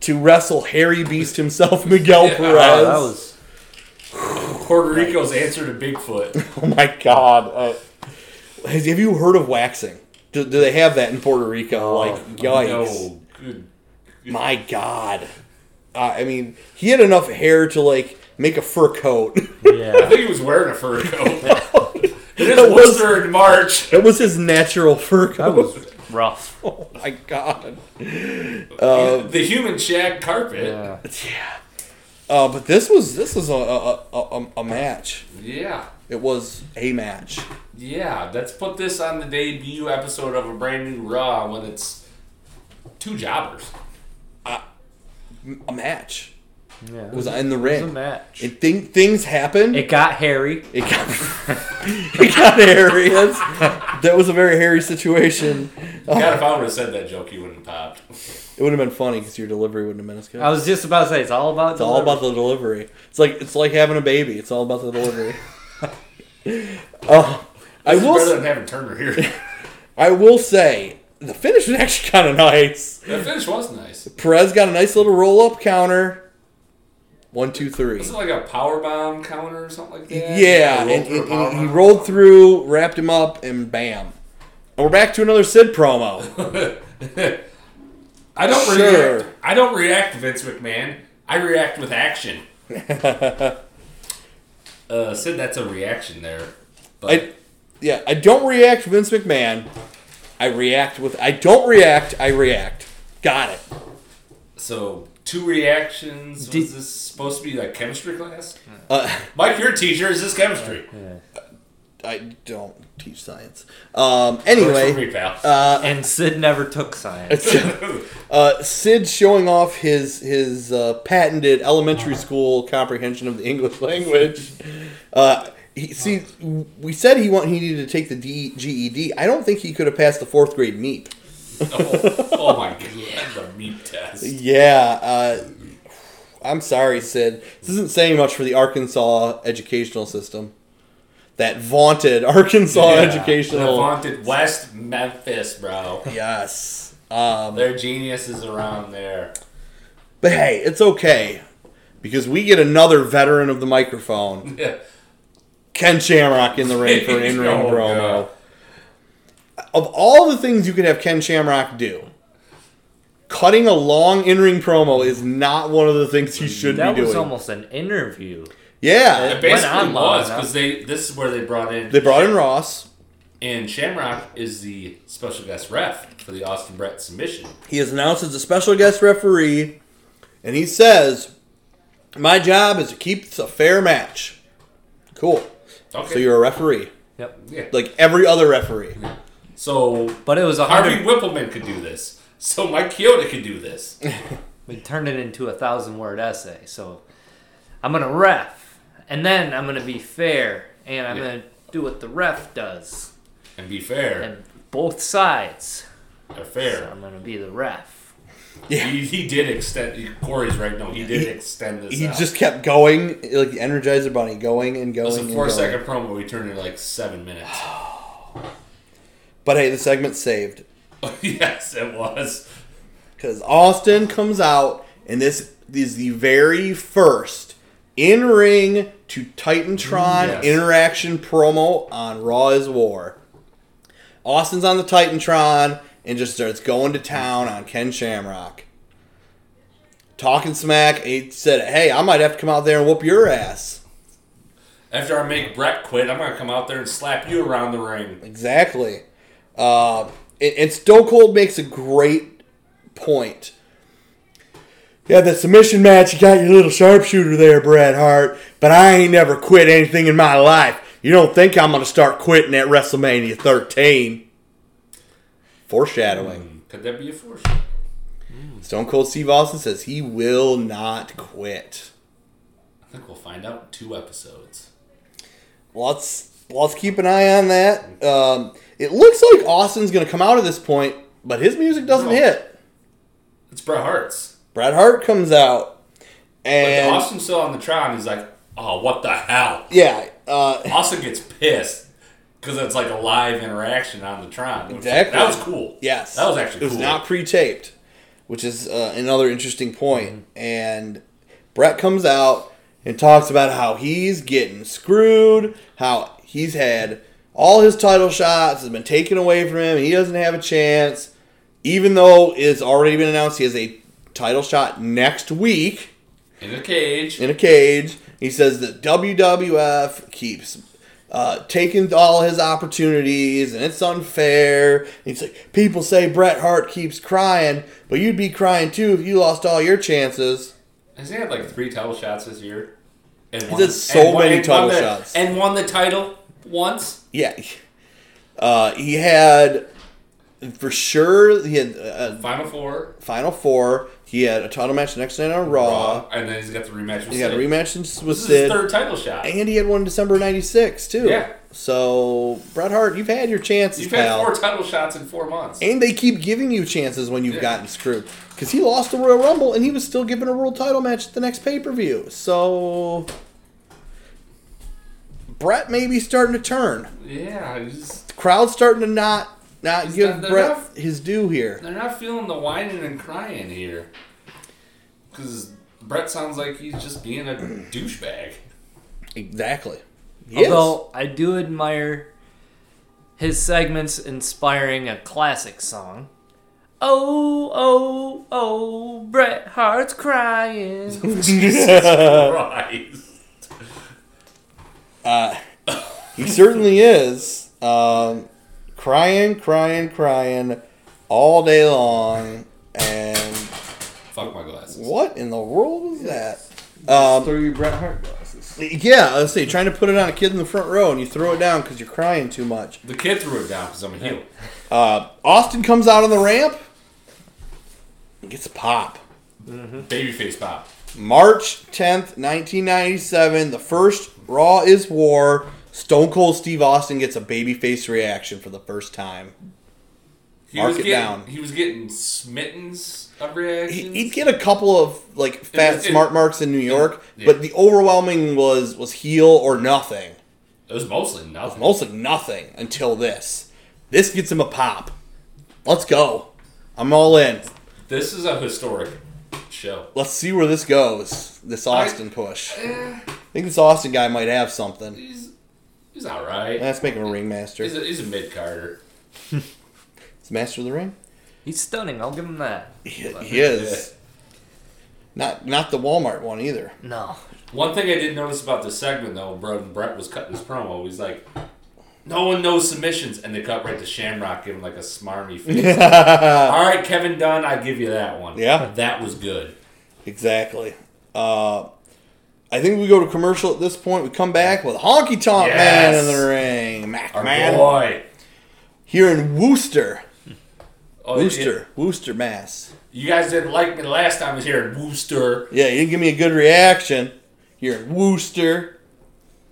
Speaker 1: to wrestle Harry Beast himself, Miguel
Speaker 2: Yeah.
Speaker 1: Perez.
Speaker 3: Oh, that was
Speaker 2: Puerto Rico's answer to
Speaker 1: [laughs]
Speaker 2: Bigfoot.
Speaker 1: Oh my god! Uh, has- have you heard of waxing? Do, do they have that in Puerto Rico? like, Oh, yikes!
Speaker 2: No, good.
Speaker 1: My god! Uh, I mean, he had enough hair to like make a fur coat. [laughs]
Speaker 2: I
Speaker 3: yeah.
Speaker 2: think he was wearing a fur coat. it is
Speaker 1: That was-
Speaker 2: Worcester in March.
Speaker 1: It was his natural fur
Speaker 3: That
Speaker 1: coat.
Speaker 3: was rough.
Speaker 1: [laughs] oh my god.
Speaker 2: the human shag carpet. Yeah.
Speaker 3: Yeah.
Speaker 1: Um, Yeah. Uh, but this was this was a a, a, a- a match.
Speaker 2: yeah.
Speaker 1: It was a match.
Speaker 2: Let's put this on the debut episode of a brand new Raw when it's two jobbers.
Speaker 1: A match.
Speaker 3: yeah.
Speaker 1: It was in the
Speaker 3: a
Speaker 1: ring.
Speaker 3: match. It,
Speaker 1: It thing, things happened. It,
Speaker 3: got hairy.
Speaker 1: got it got [laughs] hairy. That's- that was a very hairy situation. Oh,
Speaker 2: God, if I would have said that joke, you wouldn't have popped.
Speaker 1: It would have been funny because your delivery wouldn't have been as good.
Speaker 3: I was just about to say it's all about
Speaker 1: It's all about the delivery. It's like it's like having a baby. It's all about the delivery. [laughs] Oh, I
Speaker 2: This is
Speaker 1: will.
Speaker 2: better
Speaker 1: s-
Speaker 2: than having Turner
Speaker 1: [laughs]
Speaker 2: here.
Speaker 1: I will say the finish was actually [laughs] kind of nice.
Speaker 2: that finish was nice.
Speaker 1: Perez got a nice little roll up counter. One, two, three.
Speaker 2: Was it like a power bomb counter or something like that?
Speaker 1: Yeah,
Speaker 2: He
Speaker 1: and,
Speaker 2: rolled through a
Speaker 1: and-
Speaker 2: power
Speaker 1: and he
Speaker 2: bomb.
Speaker 1: rolled through, wrapped him up, and bam. And we're back to another Sid promo. [laughs]
Speaker 2: [laughs] I don't
Speaker 1: Sure.
Speaker 2: react. I don't react, Vince McMahon. I react with action. uh, Sid, that's a reaction there. But
Speaker 1: I, yeah, I don't react, Vince McMahon. I react with. I don't react. I react. Got it.
Speaker 2: so two reactions.
Speaker 3: Did-
Speaker 2: was this supposed to be like chemistry class?
Speaker 1: Uh,
Speaker 2: Mike, your teacher is this chemistry?
Speaker 3: Yeah.
Speaker 1: I don't teach science. Um,
Speaker 2: Works for
Speaker 1: anyway,
Speaker 2: me, pal.
Speaker 1: uh,
Speaker 3: And Sid never took science.
Speaker 1: uh, [laughs] Sid showing off his his uh, patented elementary school comprehension of the English [laughs] language. Uh, he, see, we said he want, he needed to take the D, GED. I don't think he could have passed the fourth grade meet.
Speaker 2: [laughs] oh, oh my god, the meat test.
Speaker 1: Yeah, uh, I'm sorry, Sid. This isn't saying much for the Arkansas educational system. That vaunted [laughs] Arkansas
Speaker 2: Yeah.
Speaker 1: educational.
Speaker 2: The vaunted West Memphis, bro.
Speaker 1: yes. Um,
Speaker 2: Their geniuses around there.
Speaker 1: but hey, it's okay because we get another veteran of the microphone, Ken Shamrock, in the ring
Speaker 2: [laughs]
Speaker 1: for an in-ring
Speaker 2: Oh,
Speaker 1: promo.
Speaker 2: God.
Speaker 1: Of all the things you could have Ken Shamrock do, cutting a long in-ring promo is not one of the things he should
Speaker 3: that
Speaker 1: be
Speaker 3: was
Speaker 1: doing.
Speaker 3: almost an interview.
Speaker 1: yeah,
Speaker 2: It basically
Speaker 3: on long
Speaker 2: was
Speaker 3: enough.
Speaker 2: because they. This is where they brought in.
Speaker 1: they brought in Ross.
Speaker 2: and Shamrock is the special guest ref for the Austin Brett submission.
Speaker 1: He is announced as a special guest referee, and he says, "My job is to keep this a fair match." Cool.
Speaker 2: Okay.
Speaker 1: So you're a referee,
Speaker 3: Yep.
Speaker 2: yeah.
Speaker 1: like every other referee.
Speaker 2: so
Speaker 3: But it was a
Speaker 2: Harvey
Speaker 3: hundred.
Speaker 2: Whippleman could do this. So Mike Kyoto could do this.
Speaker 3: We turned it into a thousand word essay. So I'm gonna ref, and then I'm gonna be fair, and I'm
Speaker 2: Yeah.
Speaker 3: gonna do what the ref does,
Speaker 2: And be fair.
Speaker 3: and both sides.
Speaker 2: Or
Speaker 3: So
Speaker 2: fair.
Speaker 3: I'm gonna be the ref.
Speaker 2: He, he did extend. Corey's right. No, he did extend this.
Speaker 1: He
Speaker 2: out.
Speaker 1: just kept going, like the Energizer Bunny, going and going.
Speaker 2: It was a
Speaker 1: and
Speaker 2: four
Speaker 1: going.
Speaker 2: second promo. We turned into like seven minutes. [laughs]
Speaker 1: But hey, the segment's saved
Speaker 2: yes, it was.
Speaker 1: because Austin comes out, and this is the very first in ring to Titantron
Speaker 2: Yes.
Speaker 1: interaction promo on Raw is War. Austin's on the Titantron and just starts going to town on Ken Shamrock. Talking smack, he said, Hey, I might have to come out there and whoop your ass.
Speaker 2: After I make Brett quit, I'm gonna come out there and slap you around the ring.
Speaker 1: Exactly. Uh, and, and Stone Cold makes a great point. Yeah, that submission match, you got your little sharpshooter there, Bret Hart, but I ain't never quit anything in my life. You don't think I'm going to start quitting at WrestleMania 13? Foreshadowing.
Speaker 2: Could that be a force?
Speaker 1: Stone Cold Steve Austin says he will not quit.
Speaker 2: I think we'll find out in two episodes.
Speaker 1: let's let's keep an eye on that. Um, it looks like Austin's going to come out at this point, but his music doesn't
Speaker 2: No.
Speaker 1: hit.
Speaker 2: It's Bret Hart's.
Speaker 1: Bret Hart comes out,
Speaker 2: But
Speaker 1: and
Speaker 2: Austin's still on the trial, and he's like, "Oh, what the hell?"
Speaker 1: yeah, uh,
Speaker 2: Austin gets pissed because it's like a live interaction on the Tron.
Speaker 1: Exactly.
Speaker 2: That was cool.
Speaker 1: yes,
Speaker 2: That was actually
Speaker 1: it was
Speaker 2: cool.
Speaker 1: not pre-taped, which is uh, another interesting point.
Speaker 2: Mm-hmm.
Speaker 1: And Bret comes out and talks about how he's getting screwed, how he's had all his title shots has been taken away from him, and he doesn't have a chance. Even though it's already been announced he has a title shot next week,
Speaker 2: in a cage.
Speaker 1: in a cage. He says that WWF keeps uh, taking all his opportunities and it's unfair. He's like, people say Bret Hart keeps crying, but you'd be crying too if you lost all your chances.
Speaker 2: Has he had like three title shots this year? And
Speaker 1: had so many
Speaker 2: and
Speaker 1: title
Speaker 2: the-
Speaker 1: shots.
Speaker 2: and won the title once.
Speaker 1: Yeah. Uh, he had, for sure, he had a a
Speaker 2: Final four.
Speaker 1: Final Four. He had a title match the next night on Raw.
Speaker 2: Raw, and then he's got the rematch. With
Speaker 1: Uh-huh. He got a
Speaker 2: Sid.
Speaker 1: rematch with
Speaker 2: This is his
Speaker 1: Sid.
Speaker 2: third title shot.
Speaker 1: And he had one in December of 96, too.
Speaker 2: Yeah.
Speaker 1: So, Bret Hart, you've had your chances,
Speaker 2: You've
Speaker 1: pal.
Speaker 2: had four title shots in four months.
Speaker 1: And they keep giving you chances when you've
Speaker 2: Yeah.
Speaker 1: gotten screwed. Because he lost the Royal Rumble and he was still given a world title match at the next pay per view. So. Brett may be starting to turn.
Speaker 2: Yeah, he's-
Speaker 1: The crowd's starting to not not
Speaker 2: He's
Speaker 1: give
Speaker 2: done
Speaker 1: Brett
Speaker 2: enough.
Speaker 1: his due here.
Speaker 2: they're not feeling the whining and crying here. Because Brett sounds like he's just being
Speaker 1: [laughs]
Speaker 2: a douchebag. [laughs]
Speaker 1: Exactly. He is.
Speaker 3: Although I do admire his segments inspiring a classic song. Oh, oh, oh, Bret
Speaker 2: [laughs]
Speaker 3: Hart's crying.
Speaker 1: [laughs]
Speaker 2: Christ.
Speaker 1: Uh, He certainly is. Um, crying, crying, crying all day long. And
Speaker 2: Fuck my glasses.
Speaker 1: what in the world was that? Um,
Speaker 4: Through your Bret Hart glasses.
Speaker 1: Yeah, let's see. Trying to put it on a kid in the front row, and you throw it down because you're crying too much.
Speaker 2: The kid threw it down because I'm a heel.
Speaker 1: Uh, Austin comes out on the ramp, and gets a pop.
Speaker 2: Babyface pop.
Speaker 1: March 10th, 1997, the first Raw is War. Stone Cold Steve Austin gets a babyface reaction for the first time.
Speaker 2: He
Speaker 1: Mark
Speaker 2: was
Speaker 1: it
Speaker 2: getting,
Speaker 1: down.
Speaker 2: He was getting smittens of reactions.
Speaker 1: He- He'd get a couple of like
Speaker 2: It
Speaker 1: fat
Speaker 2: was- it-
Speaker 1: smart marks in New York,
Speaker 2: Yeah.
Speaker 1: but the overwhelming was was heel or nothing.
Speaker 2: it was mostly nothing.
Speaker 1: Mostly nothing until this. This gets him a pop. Let's go. I'm all in.
Speaker 2: This is a historic show.
Speaker 1: Let's see where this goes. This Austin push. I think this Austin guy might have something.
Speaker 2: Eh, He's he's all right.
Speaker 1: Let's make him a ringmaster.
Speaker 2: He's a, he's a mid carder.
Speaker 1: He's master of the ring.
Speaker 3: He's stunning. I'll give him that.
Speaker 1: He, he is. Not not the Walmart one
Speaker 2: [laughs]
Speaker 1: either.
Speaker 3: No.
Speaker 2: One thing I did notice about this segment though, when Brett was cutting his promo, he's like, "No one knows submissions," and they cut right to Shamrock, giving like a
Speaker 1: [laughs]
Speaker 2: smarmy face. All right, Kevin Dunn, I give you that one.
Speaker 1: Yeah.
Speaker 2: that was good.
Speaker 1: Exactly. Uh, I think we go to commercial at this point. We come back with Honky Tonk
Speaker 2: Yes.
Speaker 1: Man in the ring. Mac
Speaker 2: Our
Speaker 1: Man
Speaker 2: boy.
Speaker 1: here in Worcester,
Speaker 2: Oh,
Speaker 1: Worcester, Worcester, Mass.
Speaker 2: You guys didn't like me the last time I was here in Wooster.
Speaker 1: Yeah, you didn't give me a good reaction. You're in Worcester.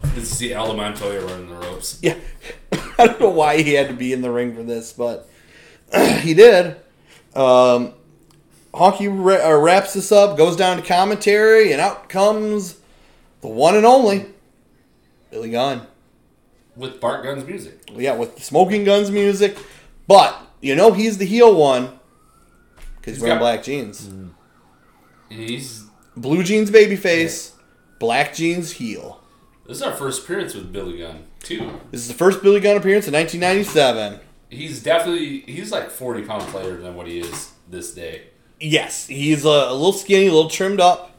Speaker 2: This is the Alamantoya running the ropes.
Speaker 1: Yeah, [laughs] I don't know why he had to be in the ring for this, but [clears throat] he did. Um, Honky ra- uh, wraps this up, goes down to commentary, and out comes the one and only Billy Gunn.
Speaker 2: With Bart Gunn's music.
Speaker 1: yeah, with the Smoking Guns music. But you know he's the heel one because he's
Speaker 2: He's
Speaker 1: wearing
Speaker 2: got-
Speaker 1: black jeans,
Speaker 2: He's
Speaker 1: blue jeans, babyface, black jeans, heel.
Speaker 2: this is our first appearance with Billy Gunn too.
Speaker 1: This is the first Billy Gunn appearance in 1997.
Speaker 2: He's definitely he's like forty pounds lighter than what he is this day.
Speaker 1: Yes, he's uh, a, a little skinny, a little trimmed up.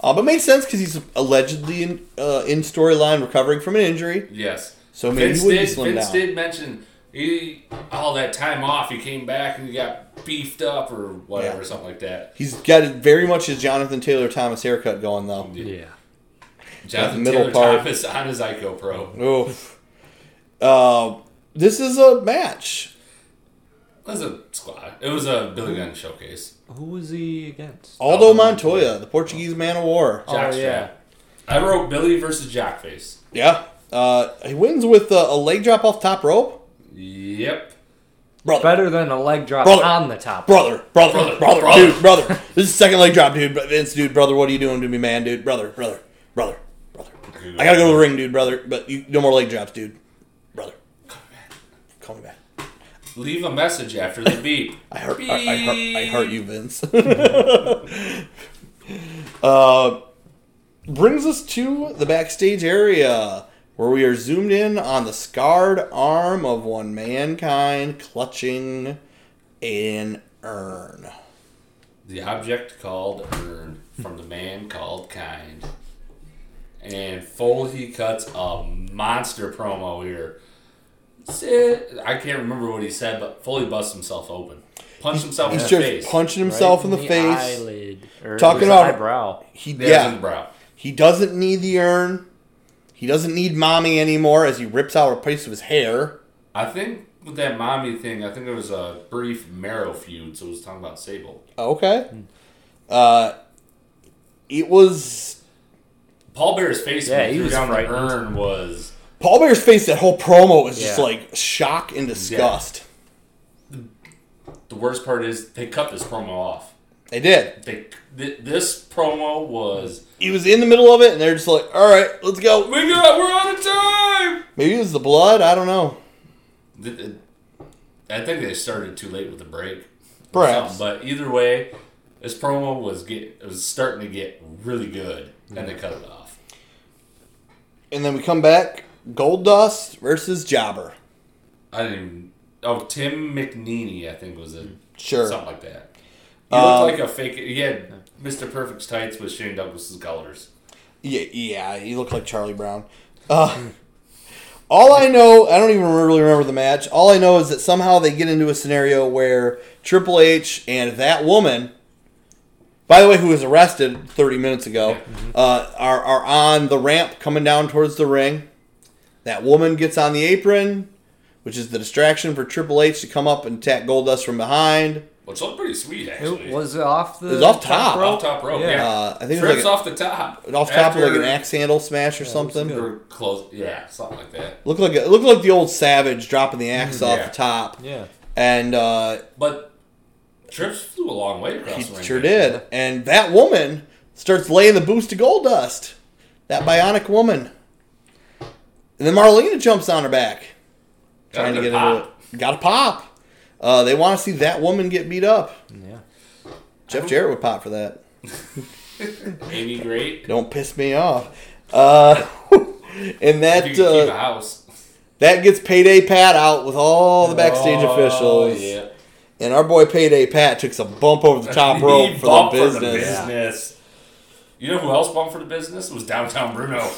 Speaker 1: Uh, but makes sense because he's allegedly in, uh, in storyline recovering from an injury.
Speaker 2: Yes.
Speaker 1: So maybe he would be
Speaker 2: did,
Speaker 1: slimmed
Speaker 2: Vince
Speaker 1: down.
Speaker 2: did mention he all that time off. He came back and he got beefed up or whatever,
Speaker 1: Yeah.
Speaker 2: something like that.
Speaker 1: He's got very much his Jonathan Taylor Thomas haircut going though.
Speaker 3: Yeah.
Speaker 2: Jonathan
Speaker 1: middle part.
Speaker 2: Taylor Thomas on his Ico Pro.
Speaker 1: Oof. Uh, this is a match.
Speaker 2: It was a squad. It was a Billy Gunn showcase.
Speaker 3: Who was he against?
Speaker 1: Aldo Montoya, the Portuguese man of war.
Speaker 3: Oh,
Speaker 2: Jockstrap.
Speaker 3: yeah.
Speaker 2: I wrote Billy versus Jockface.
Speaker 1: Yeah. Uh, he wins with a, a leg drop off top rope.
Speaker 2: Yep.
Speaker 1: Brother.
Speaker 3: Better than a leg drop
Speaker 1: Brother.
Speaker 3: on the top.
Speaker 1: Brother, brother, brother,
Speaker 2: Brother,
Speaker 1: brother, dude, brother. This is second leg drop, dude. But Vince, dude, brother, what are you doing to me, man, dude? Brother, brother, brother, brother. I gotta go to the ring, dude, brother. But you, no more leg drops, dude. Brother, call me back.
Speaker 2: Leave a message after the beep.
Speaker 1: I hurt, I, I hurt, I hurt you, Vince. [laughs] uh, brings us to the backstage area where we are zoomed in on the scarred arm of one mankind clutching an urn.
Speaker 2: The object called Earn from the man called Kind. And Foley cuts a monster promo here. Sid- I can't remember what he said, but Foley busts himself open. Punched himself
Speaker 1: He's
Speaker 2: in
Speaker 1: just
Speaker 2: the face.
Speaker 1: punching
Speaker 3: Right
Speaker 1: himself in the, face.
Speaker 3: Eyelid, or
Speaker 1: Talking
Speaker 3: his
Speaker 1: about-
Speaker 3: eyebrow.
Speaker 1: He
Speaker 2: There's
Speaker 1: yeah.
Speaker 2: his brow.
Speaker 1: He doesn't need the urn. He doesn't need mommy anymore as he rips out a piece of his hair.
Speaker 2: I think with that mommy thing, I think it was a brief marrow feud, so it was talking about Sable.
Speaker 1: Okay. Uh, it was
Speaker 2: Paul Bear's face
Speaker 3: Yeah,
Speaker 2: when
Speaker 3: he
Speaker 2: threw
Speaker 3: was
Speaker 2: down the
Speaker 3: frightened.
Speaker 2: urn was
Speaker 1: Paul Bear's face that whole promo is just
Speaker 3: Yeah.
Speaker 1: like shock and disgust.
Speaker 2: the worst part is they cut this promo off.
Speaker 1: They did.
Speaker 2: They, th- this promo was
Speaker 1: He was in the middle of it, and they're just like, "All right, let's go."
Speaker 2: we got we're out of time.
Speaker 1: Maybe it was the blood. I don't know.
Speaker 2: Th- th- I think they started too late with the break. or
Speaker 1: Perhaps.
Speaker 2: something, but either way, this promo was get it was starting to get really good, and
Speaker 1: Mm-hmm.
Speaker 2: they cut it off.
Speaker 1: And then we come back. Gold Dust versus Jobber.
Speaker 2: I didn't. Even, oh, Tim McNeely, I think was it.
Speaker 1: Sure.
Speaker 2: Something like that. He
Speaker 1: Um,
Speaker 2: looked like a fake. He had Mr. Perfect's tights with Shane Douglas's colors.
Speaker 1: Yeah, yeah. He looked like Charlie Brown. Uh, all I know, I don't even really remember the match. All I know is that somehow they get into a scenario where Triple H and that woman by the way, who was arrested 30 minutes ago, uh, are, are on the ramp coming down towards the ring. That woman gets on the apron, which is the distraction for Triple H to come up and attack Goldust from behind.
Speaker 2: Which looked pretty sweet, actually.
Speaker 3: It was off the.
Speaker 1: It was off top.
Speaker 2: off
Speaker 3: rope?
Speaker 2: top rope.
Speaker 3: Yeah.
Speaker 2: Yeah,
Speaker 1: Uh, I think it was like
Speaker 2: trips
Speaker 1: a-
Speaker 2: off the top.
Speaker 1: Off top of like an
Speaker 2: After-
Speaker 1: axe handle smash or
Speaker 3: good.
Speaker 1: something.
Speaker 2: or close, yeah, something like that.
Speaker 1: Looked like it looked like the old Savage dropping the axe off
Speaker 2: Mm, Yeah.
Speaker 1: the top,
Speaker 3: Yeah.
Speaker 1: and uh,
Speaker 2: But Trips flew a long way across
Speaker 1: He
Speaker 2: the ring.
Speaker 1: sure did. And that woman starts laying the boost to gold dust. That bionic woman. And then Marlena jumps on her back. Trying to get into it. Got to pop. Uh, they want to see that woman get beat up.
Speaker 3: Yeah.
Speaker 1: Jeff Jarrett would pop for that.
Speaker 2: it. Amy Great.
Speaker 1: Don't piss me off. Uh, [laughs] and
Speaker 2: If
Speaker 1: that
Speaker 2: you can keep a
Speaker 1: uh,
Speaker 2: house.
Speaker 1: that gets Payday Pat out with all the backstage
Speaker 2: Oh,
Speaker 1: officials.
Speaker 2: Yeah.
Speaker 1: And our boy Payday Pat took some bump over the top rope
Speaker 2: He
Speaker 1: for the
Speaker 2: bumped for the
Speaker 1: business.
Speaker 2: business. You know who else bumped for the business? It was Downtown Bruno.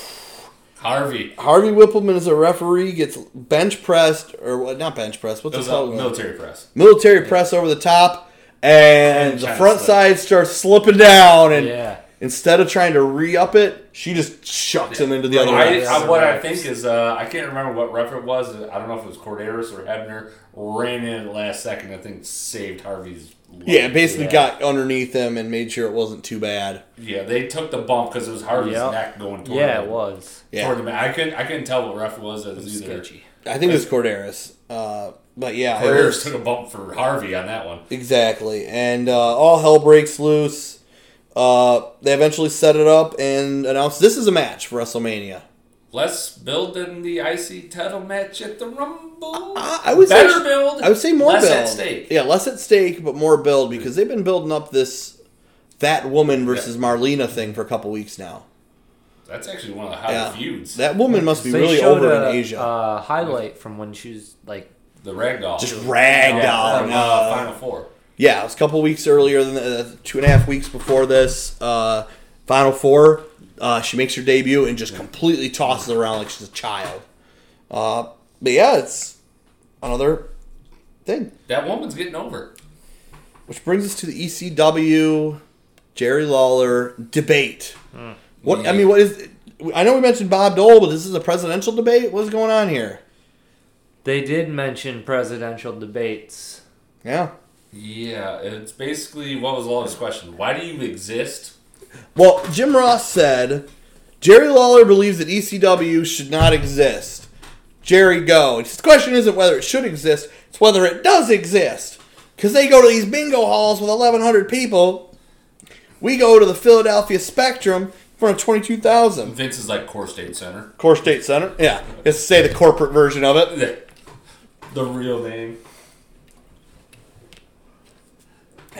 Speaker 2: Harvey.
Speaker 1: Harvey Whippleman is a referee, gets bench pressed, or what? Not bench press. What's
Speaker 2: It
Speaker 1: this
Speaker 2: was
Speaker 1: called?
Speaker 2: a military press.
Speaker 1: Military press over the top, and,
Speaker 2: And
Speaker 1: the
Speaker 2: China
Speaker 1: front
Speaker 2: slip.
Speaker 1: side starts slipping down. And
Speaker 3: Yeah.
Speaker 1: instead of trying to re up it, she just shucks him into the other
Speaker 2: I,
Speaker 1: ring.
Speaker 2: I- what I think is, uh, I can't remember what ref it was. I don't know if it was Corderas or Hebner. Ran in at the last second. I think saved Harvey's. life.
Speaker 1: Yeah, basically
Speaker 3: Yeah.
Speaker 1: got underneath him and made sure it wasn't too bad.
Speaker 2: Yeah, they took the bump because it was Harvey's
Speaker 3: Yep.
Speaker 2: neck going toward.
Speaker 3: Yeah,
Speaker 2: him.
Speaker 3: it was.
Speaker 1: Yeah.
Speaker 2: Toward the back. I couldn't. I couldn't tell what ref it was. It was either.
Speaker 3: Sketchy.
Speaker 1: I think it was Corderas. Uh, but yeah, it
Speaker 2: Corderas
Speaker 1: was-
Speaker 2: took a bump for Harvey on that one.
Speaker 1: Exactly, and uh, all hell breaks loose. Uh, they eventually set it up and announced this is a match for WrestleMania.
Speaker 2: Less build than the IC title match at the Rumble.
Speaker 1: I- I would say-
Speaker 2: better build.
Speaker 1: I would say more
Speaker 2: less
Speaker 1: build.
Speaker 2: at stake.
Speaker 1: Yeah, less at stake, but more build because they've been building up this that woman versus Marlena thing for a couple weeks now.
Speaker 2: That's actually one of the hottest
Speaker 1: Yeah.
Speaker 2: feuds.
Speaker 1: That woman must be
Speaker 3: They
Speaker 1: really
Speaker 3: showed
Speaker 1: over
Speaker 3: a,
Speaker 1: in Asia.
Speaker 3: Uh, highlight from when she was like,
Speaker 2: the ragdoll.
Speaker 1: Just ragged
Speaker 2: Yeah,
Speaker 1: on.
Speaker 2: from,
Speaker 1: Yeah,
Speaker 2: uh, Final Four.
Speaker 1: yeah, it was a couple weeks earlier than uh, two and a half weeks before this uh, final four. Uh, she makes her debut and just completely tosses around like she's a child. Uh, but yeah, it's another thing.
Speaker 2: That woman's getting over.
Speaker 1: Which brings us to the ECW Jerry Lawler debate. What I mean, what is? I know we mentioned Bob Dole, but this is a presidential debate. What's going on here?
Speaker 3: they did mention presidential debates.
Speaker 1: Yeah.
Speaker 2: Yeah, it's basically what was Lawler's question? Why do you exist?
Speaker 1: Well, Jim Ross said Jerry Lawler believes that ECW should not exist. Jerry, go. It's- The question isn't whether it should exist; it's whether it does exist. Because they go to these bingo halls with 1,100 people. We go to the Philadelphia Spectrum in front of 22,000.
Speaker 2: Vince is like Core State Center. [laughs]
Speaker 1: Core State Center. Yeah, let's say the corporate version of it.
Speaker 2: The the real name.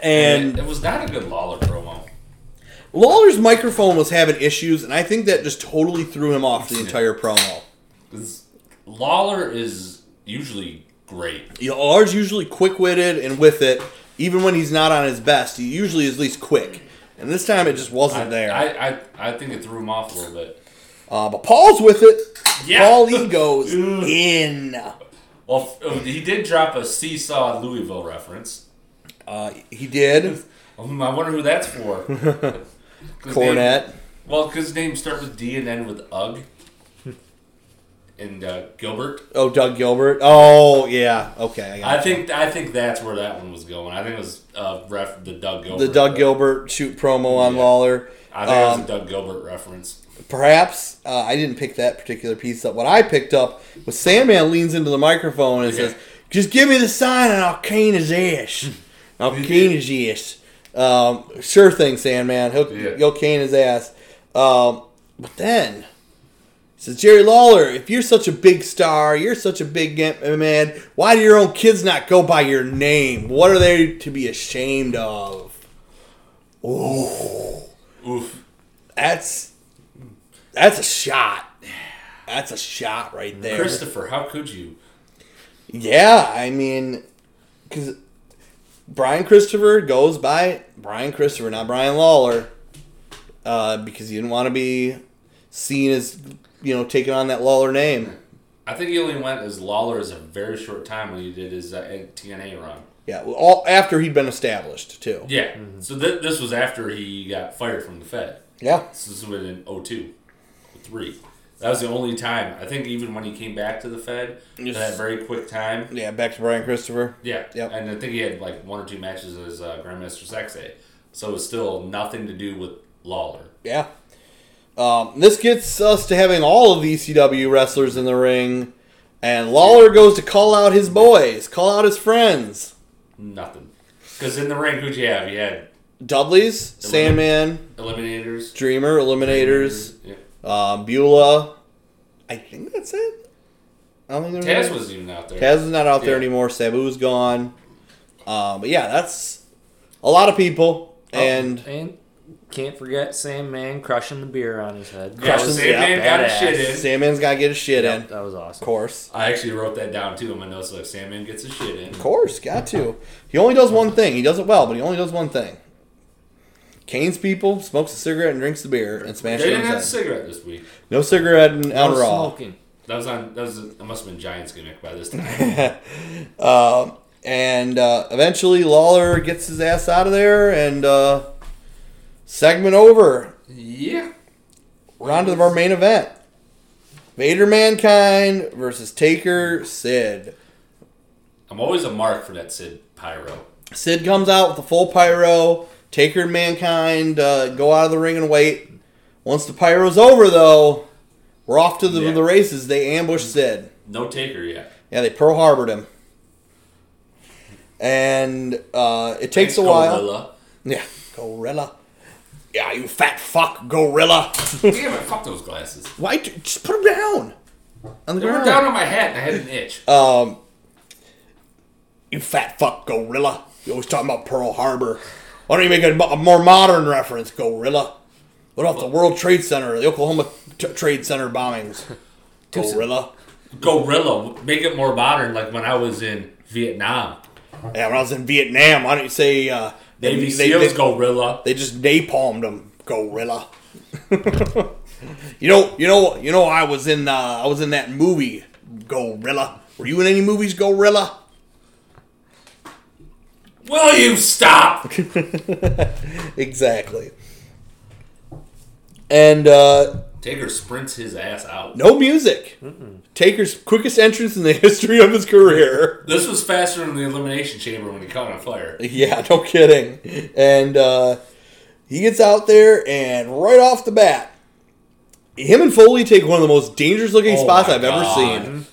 Speaker 1: And
Speaker 2: it was not a good Lawler promo.
Speaker 1: Lawler's microphone was having issues, and I think that just totally threw him off the entire promo.
Speaker 2: 'Cause Lawler is usually great.
Speaker 1: You know, Lawler's usually quick-witted and with it, even when he's not on his best. He usually is at least quick, and this time it just wasn't there.
Speaker 2: I, I, I think it threw him off a little bit.
Speaker 1: uh, but Paul's with it.
Speaker 2: Yeah.
Speaker 1: Paul E goes
Speaker 2: [laughs] Ugh.
Speaker 1: in.
Speaker 2: Well, f- oh, he did drop a seesaw Louisville reference.
Speaker 1: Uh, he did.
Speaker 2: Um, I wonder who
Speaker 1: [laughs]
Speaker 2: that's for. 'Cause Name,
Speaker 1: Cornette.
Speaker 2: well, because names start with D and end with Ugg. And uh, Gilbert.
Speaker 1: Oh, Doug Gilbert. Oh, yeah. Okay, I got
Speaker 2: I think I think that's where that one was going. I think it was uh, ref the Doug Gilbert.
Speaker 1: the Doug Gilbert shoot promo on
Speaker 2: Yeah.
Speaker 1: Lawler.
Speaker 2: I think
Speaker 1: Um,
Speaker 2: it was a Doug Gilbert reference.
Speaker 1: perhaps uh, I didn't pick that particular piece up. What I picked up was Sandman leans into the microphone and
Speaker 2: Yeah.
Speaker 1: says, "Just give me the sign and I'll cane his ass. I'll cane his ass. Um, sure thing, Sandman. He'll
Speaker 2: Yeah.
Speaker 1: you'll cane his ass." Um, but then he says Jerry Lawler, "If you're such a big star, you're such a big ga- man. Why do your own kids not go by your name? What are they to be ashamed of?"
Speaker 2: Oof.
Speaker 1: That's that's a shot. That's a shot right there.
Speaker 2: Christopher, how could you?
Speaker 1: Yeah, I mean, because Brian Christopher goes by Brian Christopher, not Brian Lawler, uh, because he didn't want to be seen as you know taking on that Lawler name.
Speaker 2: I think he only went as Lawler as a very short time when he did his uh, TNA run.
Speaker 1: Yeah, well, all after he'd been established too.
Speaker 2: Yeah. So th- this was after he got fired from the Fed.
Speaker 1: Yeah,
Speaker 2: This was in 02, 03. That was the only time. I think even when he came back to the Fed,
Speaker 1: Yes.
Speaker 2: that very quick time.
Speaker 1: yeah. Back to Brian Christopher.
Speaker 2: Yeah.
Speaker 1: Yep.
Speaker 2: And I think he had like one or two matches as uh, Grandmaster Sexay. So it was still nothing to do with Lawler.
Speaker 1: Yeah. Um, this gets us to having all of the ECW wrestlers in the ring, and Lawler goes to call out his boys, call out his friends.
Speaker 2: Nothing. Because in the ring, who'd you have? You had
Speaker 1: Dudley's, Sandman,
Speaker 2: Eliminators.
Speaker 1: Dreamer, Eliminators,
Speaker 2: Yeah.
Speaker 1: um, Beulah. I think that's it. I don't think there's
Speaker 2: Taz wasn't even out there.
Speaker 1: Taz is not out there
Speaker 2: Yeah.
Speaker 1: anymore. Sabu's gone. Um, but yeah, that's a lot of people, Oh,
Speaker 2: Oh.
Speaker 1: and
Speaker 3: Oh, and can't forget Sam Man crushing the beer on his head.
Speaker 2: Yeah,
Speaker 1: Crushes it
Speaker 2: Sandman
Speaker 3: up,
Speaker 2: got his
Speaker 3: badass.
Speaker 2: shit in.
Speaker 1: Sandman's got to get his shit in,
Speaker 3: Yep,
Speaker 1: of
Speaker 3: that was awesome.
Speaker 1: course.
Speaker 2: I actually wrote that down too in my notes. Like Sandman gets his shit in.
Speaker 1: Of course, got to. He only does one thing. He does it well, but he only does one thing. Canes people, smokes a cigarette and drinks the beer and
Speaker 2: They
Speaker 1: smashes
Speaker 2: didn't have a
Speaker 1: things in.
Speaker 2: cigarette this week.
Speaker 1: No cigarette and
Speaker 3: No
Speaker 1: on Raw.
Speaker 3: smoking.
Speaker 2: That was on. That was. It must have been Giants gimmick by
Speaker 1: [laughs]
Speaker 2: this time.
Speaker 1: Um, and uh, eventually Lawler gets his ass out of there and uh, segment over.
Speaker 2: yeah.
Speaker 1: We're on to our main event. Vader Mankind versus Taker Sid.
Speaker 2: I'm always a mark for that Sid Pyro.
Speaker 1: Sid comes out with a full pyro. Taker and Mankind uh, go out of the ring and wait. Once the pyro's over, though, we're off to the,
Speaker 2: Yeah.
Speaker 1: the races. They ambush Sid.
Speaker 2: No taker yet.
Speaker 1: Yeah, they Pearl Harbored him. And uh, it takes
Speaker 2: Thanks,
Speaker 1: a while. [laughs]
Speaker 2: Gorilla.
Speaker 1: Yeah, Gorilla. Yeah, you fat fuck,
Speaker 2: [laughs]
Speaker 1: Gorilla.
Speaker 2: Damn it! Fuck those glasses.
Speaker 1: Why? d- Just put him down. On the
Speaker 2: They were
Speaker 1: ground.
Speaker 2: down on my hat and I had an itch.
Speaker 1: Um, you fat fuck gorilla. You always talking about Pearl Harbor. Why don't you make a, mo- a more modern reference, gorilla? What about the World Trade Center, the Oklahoma t- Trade Center bombings?
Speaker 2: [laughs]
Speaker 1: Gorilla.
Speaker 2: Gorilla. Make it more modern, like when I was in Vietnam.
Speaker 1: Yeah, when I was in Vietnam, why don't you say uh, they,
Speaker 2: Navy
Speaker 1: they,
Speaker 2: SEALs.
Speaker 1: they-
Speaker 2: gorilla.
Speaker 1: they just napalmed them, gorilla. [laughs] you know, you know, you know. I was in, uh, I was in that movie, Gorilla. Were you in any movies, Gorilla? [laughs]
Speaker 2: Will you stop?
Speaker 1: Exactly. And uh,
Speaker 2: Taker sprints his ass out.
Speaker 1: no music. Taker's quickest entrance in the [laughs] history of his
Speaker 2: [laughs]
Speaker 1: career.
Speaker 2: This was faster than the elimination chamber when he caught on fire.
Speaker 1: Yeah, no kidding. And uh, he gets out there, and right off the bat, him and Foley take one of the most dangerous looking
Speaker 2: Oh
Speaker 1: spots
Speaker 2: my
Speaker 1: I've
Speaker 2: God.
Speaker 1: ever seen.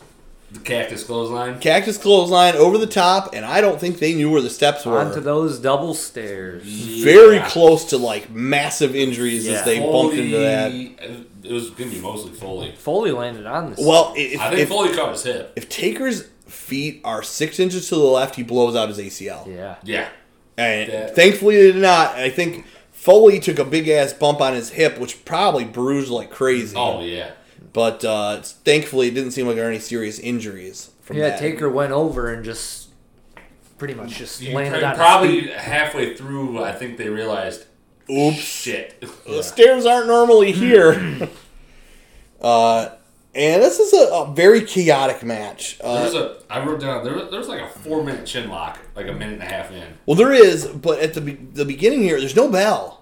Speaker 2: The cactus clothesline.
Speaker 1: Cactus clothesline over the top, and I don't think they knew where the steps were.
Speaker 3: Onto those double stairs.
Speaker 1: Very
Speaker 2: Yeah.
Speaker 1: close to like massive injuries
Speaker 3: Yeah.
Speaker 1: as they bumped into that.
Speaker 2: Foley- It was gonna be mostly Foley.
Speaker 3: Foley landed on this.
Speaker 1: Well, if,
Speaker 2: I think
Speaker 1: if,
Speaker 2: Foley caught his hip.
Speaker 1: if Taker's feet are six inches to the left, he blows out his ACL.
Speaker 3: yeah.
Speaker 2: Yeah,
Speaker 1: And
Speaker 2: That-
Speaker 1: thankfully, they did not. And I think Foley took a big ass bump on his hip, which probably bruised like crazy.
Speaker 2: Oh yeah.
Speaker 1: But uh, thankfully, it didn't seem like there were any serious injuries from
Speaker 3: Yeah,
Speaker 1: that.
Speaker 3: Taker went over and just pretty much just
Speaker 2: You
Speaker 3: landed
Speaker 2: pr-
Speaker 3: on his
Speaker 2: probably halfway through, I think they realized.
Speaker 1: Oops.
Speaker 2: [laughs] Shit.
Speaker 1: The stairs aren't normally
Speaker 2: [laughs]
Speaker 1: here. uh, and this is a, a very chaotic match.
Speaker 2: There
Speaker 1: Uh,
Speaker 2: was a. I wrote down. There was, there was like a four minute chin lock, like a minute and a half in.
Speaker 1: well, there is, but at the, be- the beginning here, there's no bell.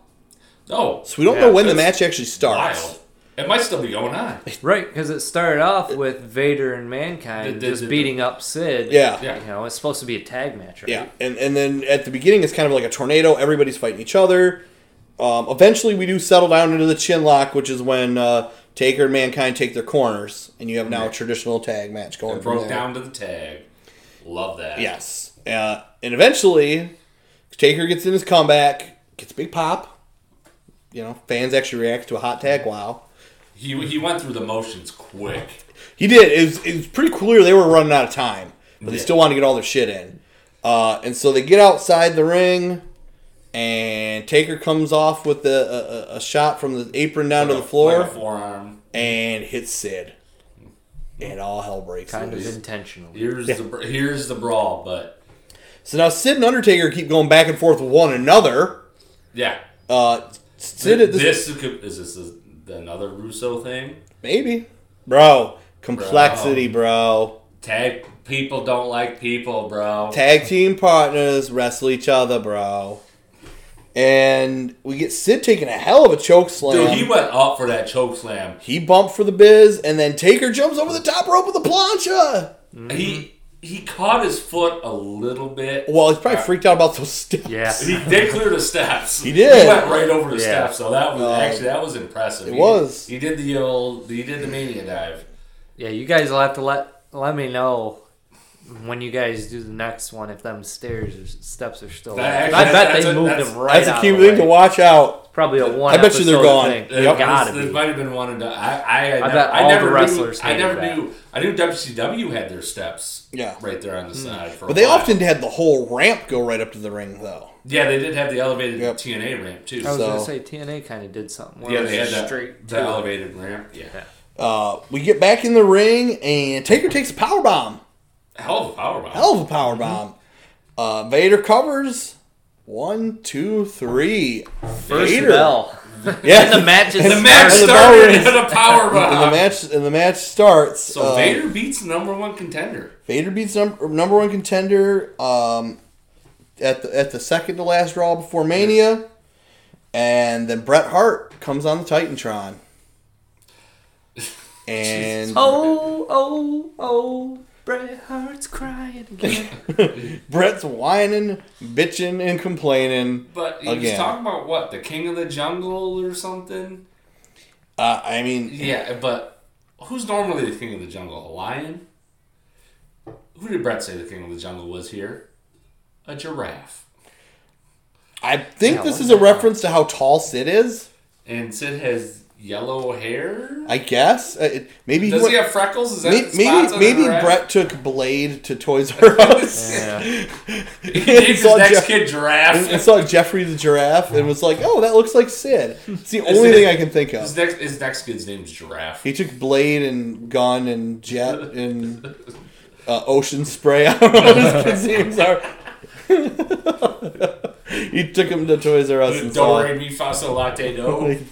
Speaker 2: No,
Speaker 1: So we don't
Speaker 3: Yeah,
Speaker 1: know when the
Speaker 2: that's
Speaker 1: match actually starts.
Speaker 2: Oh, wild. It might still be going on.
Speaker 3: Right, because it started off with Vader and Mankind
Speaker 2: The- the-
Speaker 3: just
Speaker 2: the-
Speaker 3: beating up Sid.
Speaker 1: Yeah.
Speaker 2: Yeah.
Speaker 3: You know, it's supposed to be a tag match, right?
Speaker 1: Yeah, and and then at the beginning it's kind of like a tornado. Everybody's fighting each other. Um, eventually, we do settle down into the chin lock, which is when uh, Taker and Mankind take their corners, and you have now a traditional tag match going.
Speaker 2: It
Speaker 1: from
Speaker 2: broke
Speaker 1: there.
Speaker 2: down to the tag. Love that.
Speaker 1: Yes, uh, and eventually, Taker gets in his comeback, gets a big pop. You know, fans actually react to a hot tag. Wow,
Speaker 2: He he went through the motions quick.
Speaker 1: he did. It was, it was pretty clear they were running out of time, but they
Speaker 2: Yeah.
Speaker 1: still wanted to get all their shit in. Uh, and so they get outside the ring, and Taker comes off with a, a, a shot from the apron down to the floor
Speaker 2: Like a forearm.
Speaker 1: and hits Sid. And all hell breaks
Speaker 3: Kind
Speaker 1: loose.
Speaker 3: of intentional.
Speaker 2: Here's the br- here's the brawl, but
Speaker 1: So now Sid and Undertaker keep going back and forth with one another.
Speaker 2: yeah.
Speaker 1: Uh, Sid at this,
Speaker 2: this is, co- is this is another Russo thing?
Speaker 1: maybe, bro. Complexity, bro.
Speaker 2: Tag People don't like people, bro.
Speaker 1: Tag team partners wrestle each other, bro. And we get Sid taking a hell of a choke slam.
Speaker 2: Dude, he went up for that choke slam.
Speaker 1: He bumped for the biz, and then Taker jumps over the top rope with a plancha.
Speaker 2: He he caught his foot a little bit.
Speaker 1: Well, he's probably freaked out about those steps.
Speaker 3: Yeah.
Speaker 2: He did clear the steps.
Speaker 1: He did.
Speaker 2: He went right over the
Speaker 3: Yeah.
Speaker 2: steps. So that was
Speaker 1: Uh,
Speaker 2: actually that was impressive.
Speaker 1: it
Speaker 2: He-
Speaker 1: was.
Speaker 2: He did the old. He did the mania dive.
Speaker 3: [laughs] Yeah, you guys will have to let let me know when you guys do the next one if them stairs or steps are still.
Speaker 2: That
Speaker 3: up.
Speaker 2: actually-
Speaker 3: I bet
Speaker 2: that's
Speaker 3: they
Speaker 2: a-
Speaker 3: moved
Speaker 2: that's-
Speaker 3: them right.
Speaker 1: That's a
Speaker 3: out
Speaker 1: key
Speaker 3: of the
Speaker 1: thing to
Speaker 3: way.
Speaker 1: watch out.
Speaker 3: Probably a one.
Speaker 1: I bet you they're
Speaker 3: episode
Speaker 1: gone.
Speaker 3: Thing.
Speaker 1: Yep.
Speaker 3: Gotta
Speaker 2: There
Speaker 3: be.
Speaker 2: might have been one and done. I I, had
Speaker 3: I
Speaker 2: nev-
Speaker 3: bet all the
Speaker 2: never knew-
Speaker 3: wrestlers
Speaker 2: I never
Speaker 3: hated that.
Speaker 2: knew. I knew WCW had their steps.
Speaker 1: Yeah.
Speaker 2: Right there on
Speaker 3: Hmm.
Speaker 2: the side. For a
Speaker 1: But they
Speaker 2: while.
Speaker 1: often had the whole ramp go right up to the ring, though.
Speaker 2: Yeah, they did have the elevated
Speaker 1: Yep.
Speaker 2: TNA ramp too.
Speaker 3: I was
Speaker 1: So-
Speaker 3: gonna say TNA kind of did something. Where
Speaker 2: yeah,
Speaker 3: it was
Speaker 2: they had
Speaker 3: just
Speaker 2: that,
Speaker 3: straight
Speaker 2: the
Speaker 3: to it.
Speaker 2: elevated ramp. Yeah.
Speaker 1: Uh, we get back in the ring, and Taker takes a power bomb.
Speaker 2: Hell of a power bomb.
Speaker 1: Hell of a power
Speaker 2: Mm-hmm.
Speaker 1: bomb. Uh, Vader covers. One, two, three.
Speaker 3: First
Speaker 1: Vader.
Speaker 3: bell.
Speaker 1: Yeah.
Speaker 3: And the match is
Speaker 2: The
Speaker 1: [laughs]
Speaker 2: match
Speaker 1: And the
Speaker 2: started
Speaker 1: bell
Speaker 2: and a power bomb.
Speaker 1: And [laughs] the uh, match and the match starts.
Speaker 2: Uh, So
Speaker 1: uh,
Speaker 2: Vader beats the number one contender. [laughs]
Speaker 1: Vader beats num- number one contender um, at the at the second to last draw before Mania, and then Bret Hart comes on the Titantron, and
Speaker 3: Oh oh oh. Bret Hart's crying
Speaker 2: [laughs]
Speaker 3: again.
Speaker 1: [laughs] Bret's whining, bitching, and complaining.
Speaker 2: But he was
Speaker 1: Again.
Speaker 2: talking about what the king of the jungle or something.
Speaker 1: Uh, I mean,
Speaker 2: Yeah, but who's normally the king of the jungle? A lion? Who did Brett say the king of the jungle was here? A giraffe.
Speaker 1: I think
Speaker 3: Yeah,
Speaker 1: this
Speaker 3: what
Speaker 1: is
Speaker 3: the
Speaker 1: a
Speaker 3: hell?
Speaker 1: reference to how tall Sid is.
Speaker 2: And Sid has yellow hair.
Speaker 1: I guess Uh, it, maybe
Speaker 2: Does
Speaker 1: went-
Speaker 2: he have freckles? Is that
Speaker 1: may-
Speaker 2: spots
Speaker 1: maybe
Speaker 2: on
Speaker 1: maybe
Speaker 2: the giraffe?
Speaker 1: Brett took Blade to Toys R
Speaker 2: [laughs]
Speaker 1: Us. [laughs]
Speaker 3: yeah.
Speaker 2: He named his
Speaker 1: Saw
Speaker 2: next
Speaker 1: Jeff-
Speaker 2: kid
Speaker 1: and, and
Speaker 2: giraffe.
Speaker 1: saw Jeffrey the giraffe and was like, "Oh, that looks like Sid." It's the only
Speaker 2: it-
Speaker 1: thing I can think
Speaker 2: His
Speaker 1: of.
Speaker 2: next his next kid's name's giraffe.
Speaker 1: He took blade and gun and jet and uh, ocean spray. [laughs] I don't know what his kids' names are. [laughs] he took him to Toys R Us and
Speaker 2: Do
Speaker 1: saw
Speaker 2: re mi fa sol la te
Speaker 1: [laughs]
Speaker 2: do.
Speaker 1: it.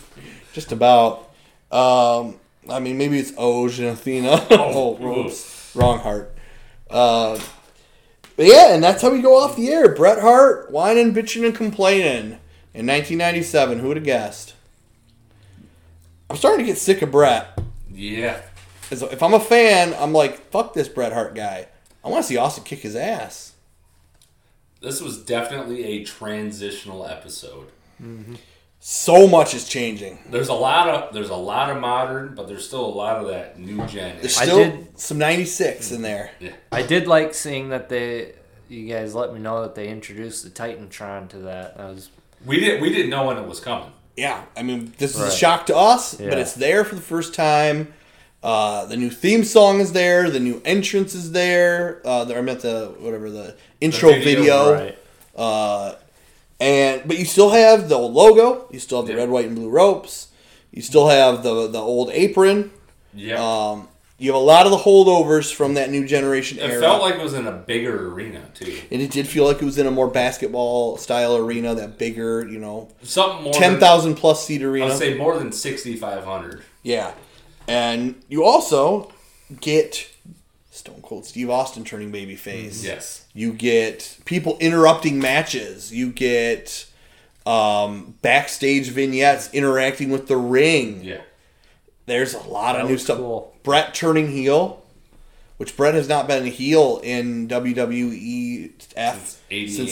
Speaker 1: just about. Um, I mean, maybe it's Oge and Athena. [laughs] oh, whoops. wrong heart. Uh, but yeah, and that's how we go off the air. Bret Hart whining, bitching, and complaining in 1997. Who would have guessed? I'm starting to get sick of Bret.
Speaker 2: Yeah.
Speaker 1: As- If I'm a fan, I'm like, fuck this Bret Hart guy. I want to see Austin kick his ass.
Speaker 2: This was definitely a transitional episode.
Speaker 1: So much is changing.
Speaker 2: There's a lot of there's a lot of modern, but there's still a lot of that new gen.
Speaker 1: There's
Speaker 3: I
Speaker 1: still
Speaker 3: did-
Speaker 1: some 96 in there.
Speaker 3: I did like seeing that they. You guys let me know that they introduced the Titantron to that. That was
Speaker 2: We didn't we didn't know when it was coming.
Speaker 1: Yeah, I mean, this is
Speaker 3: Right.
Speaker 1: a shock to us,
Speaker 3: Yeah.
Speaker 1: but it's there for the first time. Uh, the new theme song is there. The new entrance is there. Uh, the, I meant the whatever the intro
Speaker 2: video,
Speaker 1: video.
Speaker 3: right.
Speaker 1: Uh, and but you still have the logo. You still have the
Speaker 2: Yeah.
Speaker 1: red, white, and blue ropes. You still have the the old apron.
Speaker 2: Yeah.
Speaker 1: Um, you have a lot of the holdovers from that new generation
Speaker 2: it
Speaker 1: era.
Speaker 2: felt like it was in a bigger arena too.
Speaker 1: and it did feel like it was in a more basketball style arena, that bigger, you know,
Speaker 2: Something more
Speaker 1: ten
Speaker 2: than-
Speaker 1: thousand plus seat
Speaker 2: I
Speaker 1: arena.
Speaker 2: would say more than sixty five hundred.
Speaker 1: Yeah. And you also get Stone Cold Steve Austin turning
Speaker 3: Mm-hmm.
Speaker 1: babyface.
Speaker 2: Yes.
Speaker 1: You get people interrupting matches. You get um, backstage vignettes interacting with the ring.
Speaker 2: Yeah.
Speaker 1: There's a lot
Speaker 3: That
Speaker 1: of new
Speaker 3: was
Speaker 1: stuff.
Speaker 3: cool.
Speaker 1: Brett turning heel, which Brett has not been a heel in WWE F since
Speaker 2: Since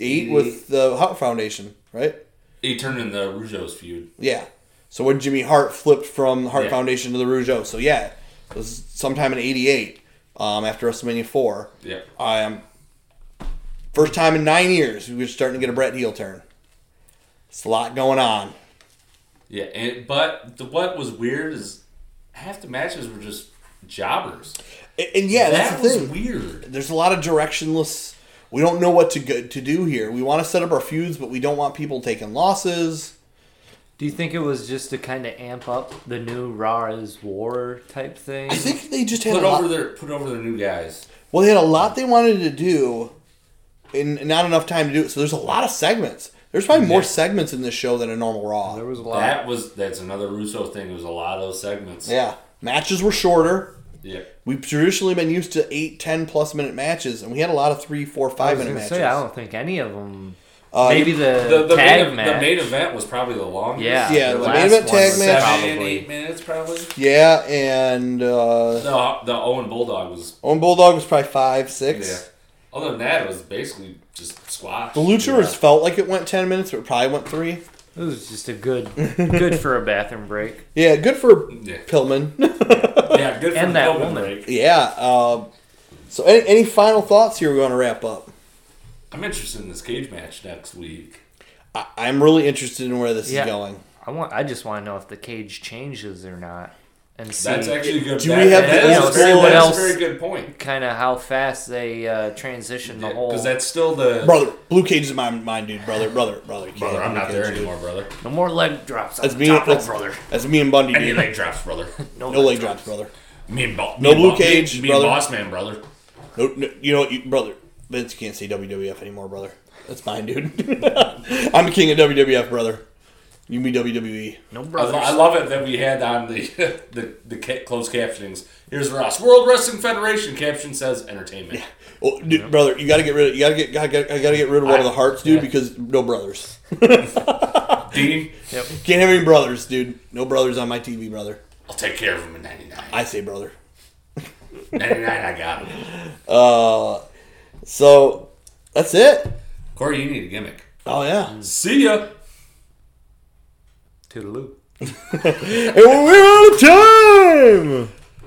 Speaker 1: 88 with the Hart Foundation, right?
Speaker 2: He turned in the Rougeau's feud.
Speaker 1: Yeah. So when Jimmy Hart flipped from the Hart
Speaker 2: Yeah.
Speaker 1: Foundation to the Rougeau, so yeah, it was sometime in '88 um, after WrestleMania four.
Speaker 2: Yeah.
Speaker 1: Um, first time in nine years we were starting to get a Brett heel turn. It's a lot going on.
Speaker 2: Yeah. And but the, what was weird is half the matches were just jobbers.
Speaker 1: And, and yeah, that's
Speaker 2: that
Speaker 1: the
Speaker 2: was
Speaker 1: thing.
Speaker 2: weird.
Speaker 1: There's a lot of directionless. We don't know what to go, to do here. We want to set up our feuds, but we don't want people taking losses.
Speaker 3: Do you think it was just to kind of amp up the new Raw is War type thing?
Speaker 1: I think they just had
Speaker 2: Put
Speaker 1: a lot-
Speaker 2: over their put over their new guys.
Speaker 1: Well, they had a lot they wanted to do, and not enough time to do it. So there's a lot of segments. There's probably more
Speaker 2: Yeah.
Speaker 1: segments in this show than a normal Raw.
Speaker 3: there was a lot.
Speaker 2: That was that's another Russo thing. It was a lot of those segments.
Speaker 1: Yeah, matches were shorter.
Speaker 2: Yeah.
Speaker 1: We've traditionally been used to eight, ten plus minute matches, and we had a lot of three, four, five
Speaker 3: I was
Speaker 1: minute
Speaker 3: gonna
Speaker 1: matches.
Speaker 3: say I don't think any of them.
Speaker 1: Uh,
Speaker 3: maybe the,
Speaker 2: The, the,
Speaker 3: tag
Speaker 2: main,
Speaker 3: match.
Speaker 2: the main event was probably the longest.
Speaker 3: yeah,
Speaker 1: Yeah, the main
Speaker 3: last
Speaker 1: event
Speaker 3: one
Speaker 1: tag
Speaker 3: was
Speaker 1: match.
Speaker 2: Seven,
Speaker 3: probably-
Speaker 2: eight minutes probably.
Speaker 1: yeah, and uh,
Speaker 2: No, the Owen Bulldog was.
Speaker 1: Owen Bulldog was probably five, six.
Speaker 2: Yeah. Other than that, it was basically just squash.
Speaker 1: The Luchadors felt like it went ten minutes, but it probably went three.
Speaker 3: It was just a good, [laughs] good for a bathroom break.
Speaker 1: Yeah, good for [laughs]
Speaker 2: Yeah.
Speaker 3: [laughs]
Speaker 1: Pillman.
Speaker 2: Yeah, good for
Speaker 3: And that
Speaker 2: Roman
Speaker 3: woman.
Speaker 2: Reigns.
Speaker 1: yeah. Um, so, any, any final thoughts here? We want to wrap up.
Speaker 2: I'm interested in this cage match next week.
Speaker 1: I, I'm really interested in where this
Speaker 3: Yeah.
Speaker 1: is going.
Speaker 3: I want. I just want to know if the cage changes or not, and see
Speaker 2: That's actually a good.
Speaker 1: Do
Speaker 2: that-
Speaker 1: we have
Speaker 2: that
Speaker 3: the-
Speaker 2: is
Speaker 3: you know,
Speaker 2: a very-
Speaker 3: see what
Speaker 2: that is
Speaker 3: else-
Speaker 2: a very good point.
Speaker 3: kind of how fast they uh, transition the whole.
Speaker 2: Because that's still the
Speaker 1: Brother, Blue Cage is in my mind, dude. Brother, brother, brother. You can't
Speaker 2: brother.
Speaker 1: have
Speaker 2: I'm
Speaker 1: Blue
Speaker 2: not
Speaker 1: Cage,
Speaker 2: there
Speaker 1: dude.
Speaker 2: anymore, brother.
Speaker 3: no more leg drops. On
Speaker 1: That's
Speaker 3: the
Speaker 1: me.
Speaker 3: top rope,
Speaker 1: That's,
Speaker 3: brother.
Speaker 1: that's me and Bundy.
Speaker 2: Any
Speaker 1: dude.
Speaker 2: leg drops, brother.
Speaker 1: No leg drops, brother.
Speaker 2: Me and Bo-
Speaker 1: No
Speaker 2: me and
Speaker 1: Blue
Speaker 2: Bo-
Speaker 1: Cage,
Speaker 2: Me, me and
Speaker 1: brother.
Speaker 2: Boss Man, brother.
Speaker 1: No, no, you know what, you, brother? Vince you can't say WWF anymore, brother. That's mine, dude. [laughs] I'm the king of WWF, brother. You mean WWE?
Speaker 3: No
Speaker 2: I, lo-
Speaker 3: brothers.
Speaker 2: I love it that we had on the [laughs] the, the ca- closed captionings. Here's Ross. World Wrestling Federation caption says entertainment.
Speaker 1: Oh, dude, brother, you gotta get rid of. You gotta get. Gotta, gotta, I gotta get rid of one of the hearts, dude, because no brothers. [laughs]
Speaker 2: Dean,
Speaker 1: Can't have any brothers, dude. No brothers on my TV, brother.
Speaker 2: I'll take care of him in 99.
Speaker 1: I say brother.
Speaker 2: 99, I got him.
Speaker 1: Uh, so that's it.
Speaker 2: Corey, you need a gimmick.
Speaker 1: Oh yeah.
Speaker 2: See ya.
Speaker 3: Toodaloo.
Speaker 1: And we're out of É time.